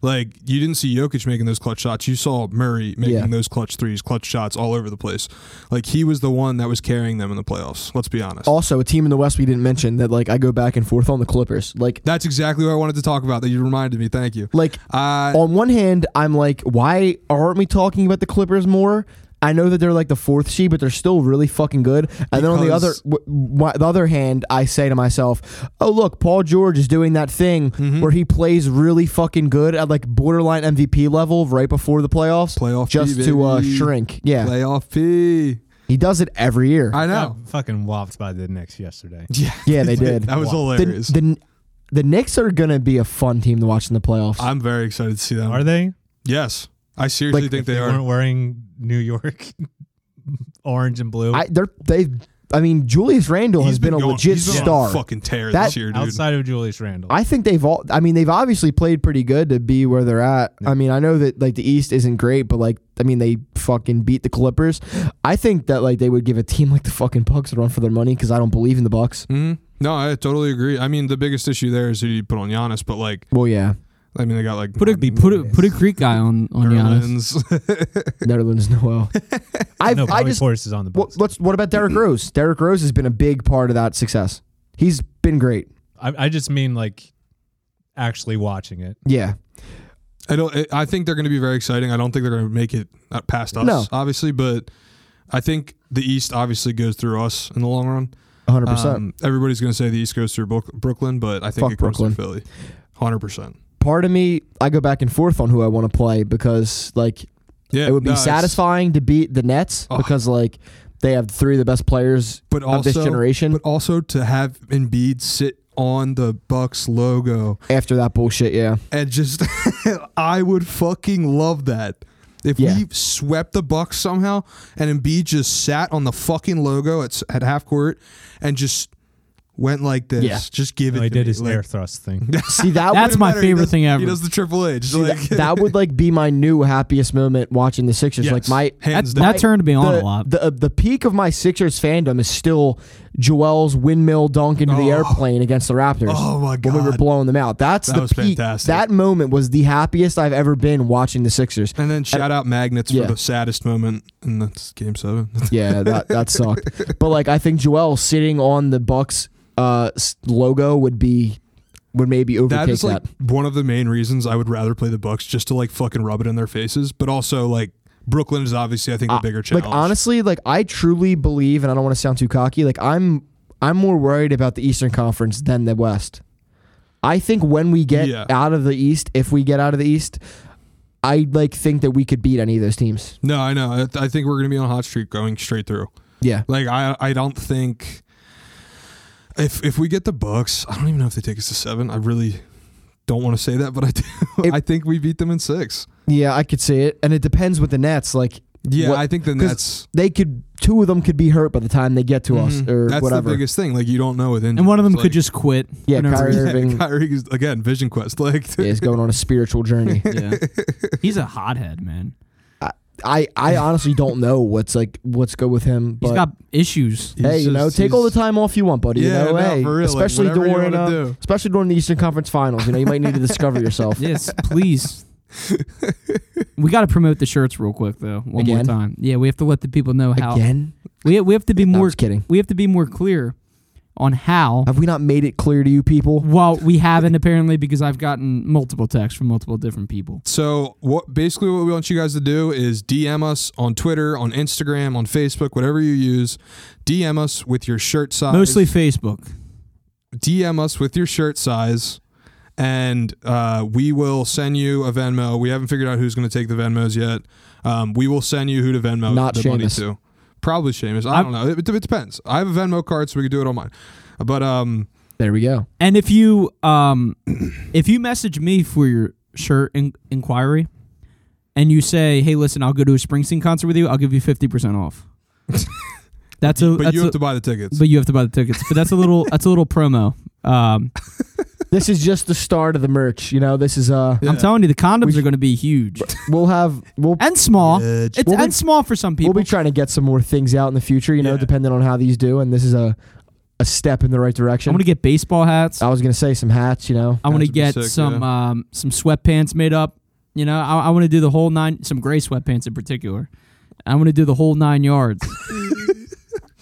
S2: Like you didn't see Jokic making those clutch shots. You saw Murray making
S3: Yeah.
S2: those clutch threes, clutch shots all over the place. Like he was the one that was carrying them in the playoffs. Let's be honest.
S3: also, a team in the West we didn't mention that like I go back and forth on the Clippers. Like
S2: That's exactly what I wanted to talk about. That you reminded me. Thank you.
S3: like
S2: Uh,
S3: on one hand, I'm like, why aren't we talking about the Clippers more? I know that they're like the fourth seed, but they're still really fucking good. And then on the other,
S2: Because-
S3: w- w- the other hand, I say to myself, "Oh look, Paul George is doing that thing
S2: Mm-hmm.
S3: where he plays really fucking good at like borderline MVP level right before the playoffs,
S2: Playoff
S3: just
S2: P,
S3: to uh,
S2: baby.
S3: shrink." Yeah,
S2: playoff P.
S3: he does it every year.
S2: I know.
S4: Got fucking whopped by the Knicks yesterday.
S2: Yeah,
S3: Yeah, they did.
S2: That was
S4: Wow.
S3: the,
S2: hilarious.
S3: the the Knicks are gonna be a fun team to watch in the playoffs.
S2: I'm very excited to see them.
S4: Are they?
S2: Yes, I seriously
S3: Like,
S2: think
S4: They,
S2: they are.
S4: weren't wearing New York orange and blue.
S3: I they're they. I mean, Julius Randle has been, a
S2: going-
S3: legit
S2: he's been on a
S3: star.
S2: fucking tear
S3: That-
S2: this year, dude.
S4: outside of Julius Randle.
S3: I think they've all. I mean, they've obviously played pretty good to be where they're at. I mean, I know that like the East isn't great, but like, I mean, they fucking beat the Clippers. I think that like they would give a team like the fucking Bucks a run for their money because I don't believe in the Bucks.
S2: hmm No, I totally agree. I mean, the biggest issue there is who you put on Giannis, but like,
S3: Well, yeah,
S2: I mean, they got like
S1: Put a put a put a Greek guy on on Giannis.
S2: Nerlens.
S3: Netherlands Noel. I
S4: no,
S3: I
S4: Bobby
S3: just
S4: Portis is on the
S3: what,
S4: Bucks.
S3: what's what about Derrick Rose? Derrick Rose has been a big part of that success. He's been great.
S4: I, I just mean like actually watching it.
S3: Yeah,
S2: I don't. I- I think they're going to be very exciting. I don't think they're going to make it uh, past us,
S3: No.
S2: obviously, but I think the East obviously goes through us in the long run.
S3: hundred percent.
S2: Um, everybody's going to say the East goes through Brook- Brooklyn, but I think
S3: Fuck
S2: it goes
S3: Brooklyn.
S2: through Philly, hundred percent.
S3: Part of me, I go back and forth on who I want to play because like
S2: Yeah,
S3: it would be
S2: no, it's-
S3: satisfying to beat the Nets
S2: Oh.
S3: because like they have three of the best players
S2: but
S3: of this generation.
S2: But also to have Embiid sit on the Bucks logo
S3: after that bullshit, yeah.
S2: and just I would fucking love that. If
S3: Yeah.
S2: we swept the Bucks somehow and Embiid just sat on the fucking logo at, s- at half court and just went like this,
S3: Yeah.
S2: just give it.
S4: No, he
S2: to
S4: did
S2: me.
S4: his
S2: Like,
S4: air thrust thing.
S3: See that
S1: That's
S3: would,
S2: doesn't
S1: my
S2: he
S1: favorite
S2: does-
S1: thing ever.
S2: He does the triple H.
S3: see,
S2: like,
S3: that, that would like be my new happiest moment watching the Sixers.
S2: Yes,
S3: Like my
S2: hands
S1: That,
S2: down.
S1: that turned me on
S3: the,
S1: a lot.
S3: the uh, the peak of my Sixers fandom is still Joel's windmill dunk into the
S2: Oh.
S3: airplane against the Raptors.
S2: Oh my
S3: When we were
S2: God.
S3: blowing them out, that's
S2: That
S3: the
S2: was
S3: peak.
S2: fantastic.
S3: That moment was the happiest I've ever been watching the Sixers.
S2: and then shout out Magnets
S3: Yeah.
S2: for the saddest moment, and that's Game Seven.
S3: yeah, that that sucked. But like, I think Joel sitting on the Bucks uh, s- logo would be would maybe overtake
S2: that is like
S3: that.
S2: one of the main reasons I would rather play the Bucks just to like fucking rub it in their faces, but also like Brooklyn is obviously I think the
S3: Uh,
S2: bigger challenge.
S3: Like honestly, like I truly believe, and I don't want to sound too cocky. Like I'm, I'm more worried about the Eastern Conference than the West. I think when we get
S2: Yeah.
S3: out of the East, if we get out of the East, I like think that we could beat any of those teams.
S2: no, I know. I, th- I think we're gonna be on a hot streak going straight through.
S3: Yeah,
S2: Like I, I don't think if if we get the Bucks, I don't even know if they take us to seven. I really don't want to say that, but I do.
S3: It-
S2: I think we beat them in six.
S3: yeah, I could see it, and it depends with the Nets. Like
S2: Yeah,
S3: What-
S2: I think the
S3: 'cause
S2: Nets.
S3: they could, two of them could be hurt by the time they get to us
S2: Mhm.
S3: or
S2: that's
S3: whatever.
S2: the biggest thing. Like you don't know with injuries.
S1: and one of them
S2: Like,
S1: could just quit.
S3: Yeah,
S1: for no
S3: Kyrie
S1: reason.
S3: Irving
S2: Kyrie is- again vision quest. Like
S3: is going on a spiritual journey.
S1: Yeah. He's a hothead, man.
S3: I, I honestly don't know what's like what's good with him, but
S1: He's got issues.
S2: he's
S3: hey, you know,
S2: just-
S3: take all the
S2: he's-
S3: time off you want, buddy.
S2: Yeah,
S3: you know,
S2: no,
S3: hey,
S2: for real, like,
S3: especially
S2: whatever you
S3: during
S2: wanna
S3: uh,
S2: do.
S3: especially during the Eastern Conference Finals. You know, you might need to discover yourself.
S1: Yes, please. we got to promote the shirts real quick though. One more
S3: Again?
S1: time. Yeah, we have to let the people know how.
S3: Again,
S1: We we have to be
S3: no, I'm
S1: more
S3: just kidding.
S1: we have to be more clear on how.
S3: Have we not made it clear to you people?
S1: Well, we haven't apparently because I've gotten multiple texts from multiple different people.
S2: So what basically what we want you guys to do is DM us on Twitter, on Instagram, on Facebook, whatever you use. DM us with your shirt
S3: Uh,
S2: size.
S1: Mostly Facebook.
S2: DM us with your shirt size, and uh, we will send you a Venmo. We haven't figured out who's going to take the Venmos yet. Um, we will send you who to Venmo
S3: Not
S2: the money
S3: Seamus.
S2: to. Probably Seamus. I
S1: I'm-
S2: don't know. It, it depends. I have a Venmo card, so we can do it on mine. But um,
S3: There we go.
S1: And if you um if you message me for your shirt in- inquiry and you say, "Hey, listen, I'll go to a Springsteen concert with you. I'll give you 50% off." That's a
S2: but
S1: that's
S2: you
S1: a,
S2: have to buy the tickets.
S1: but you have to buy the tickets. But that's a little that's a little promo. Um,
S3: This is just the start of the merch. You know, this is uh,
S1: I'm telling you, the condoms
S3: We-
S1: are going to be huge
S3: we'll have we'll
S1: and small.
S2: Yeah,
S1: It's
S3: We'll be-
S1: and small for some people.
S3: we'll be trying to get some more things out in the future. You know,
S2: Yeah.
S3: depending on how these do, and this is a a step in the right
S1: I'm
S3: direction.
S1: going to get baseball hats.
S3: I was gonna say some hats. You know,
S1: I want
S2: Oh,
S1: to
S2: Hats would be
S1: get
S2: sick,
S1: some um, some sweatpants made up. You know, I, I want to do the whole nine. Some gray sweatpants in particular. I want to do the whole nine yards.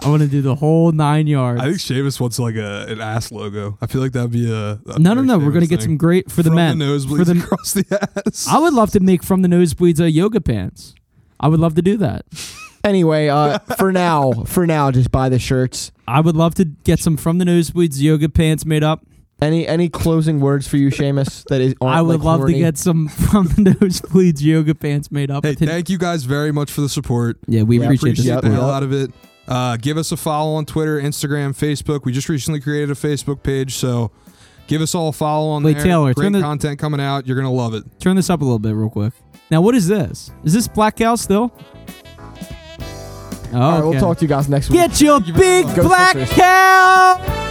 S1: I want to do the whole nine yards.
S2: I think Seamus wants like a an ass logo. I feel like that'd be a, a
S1: no, no,
S2: very
S1: no. We're
S2: Seamus
S1: gonna get
S2: thing.
S1: some great for the
S2: From
S1: men.
S2: The nosebleeds
S1: for the
S2: across the ass.
S1: I would love to make from the nosebleeds a yoga pants. I would love to do that.
S3: Anyway, uh, for now, for now, just buy the shirts.
S1: I would love to get some from the nosebleeds yoga pants made up.
S3: Any any closing words for you, Seamus? That is, aren't,
S1: I would
S3: like,
S1: love
S3: horny?
S1: to get some from the nosebleeds yoga pants made up.
S2: hey,
S1: to-
S2: thank you guys very much for the support.
S1: yeah, we
S3: Yeah,
S1: appreciate,
S2: appreciate
S1: this.
S2: the
S3: Yep.
S2: hell out of it. Uh, give us a follow on Twitter, Instagram, Facebook. We just recently created a Facebook page, so give us all a follow on
S1: Wait,
S2: there.
S1: Taylor,
S2: great
S1: turn the-
S2: content coming out. You're gonna love it.
S1: Turn this up a little bit, real quick. Now, what is this? Is this Black Cow still? Oh,
S3: All right,
S1: okay.
S3: we'll talk to you guys next week.
S1: Get your
S2: you very
S1: big
S2: much.
S3: Go
S1: black
S3: Sixers.
S1: cow.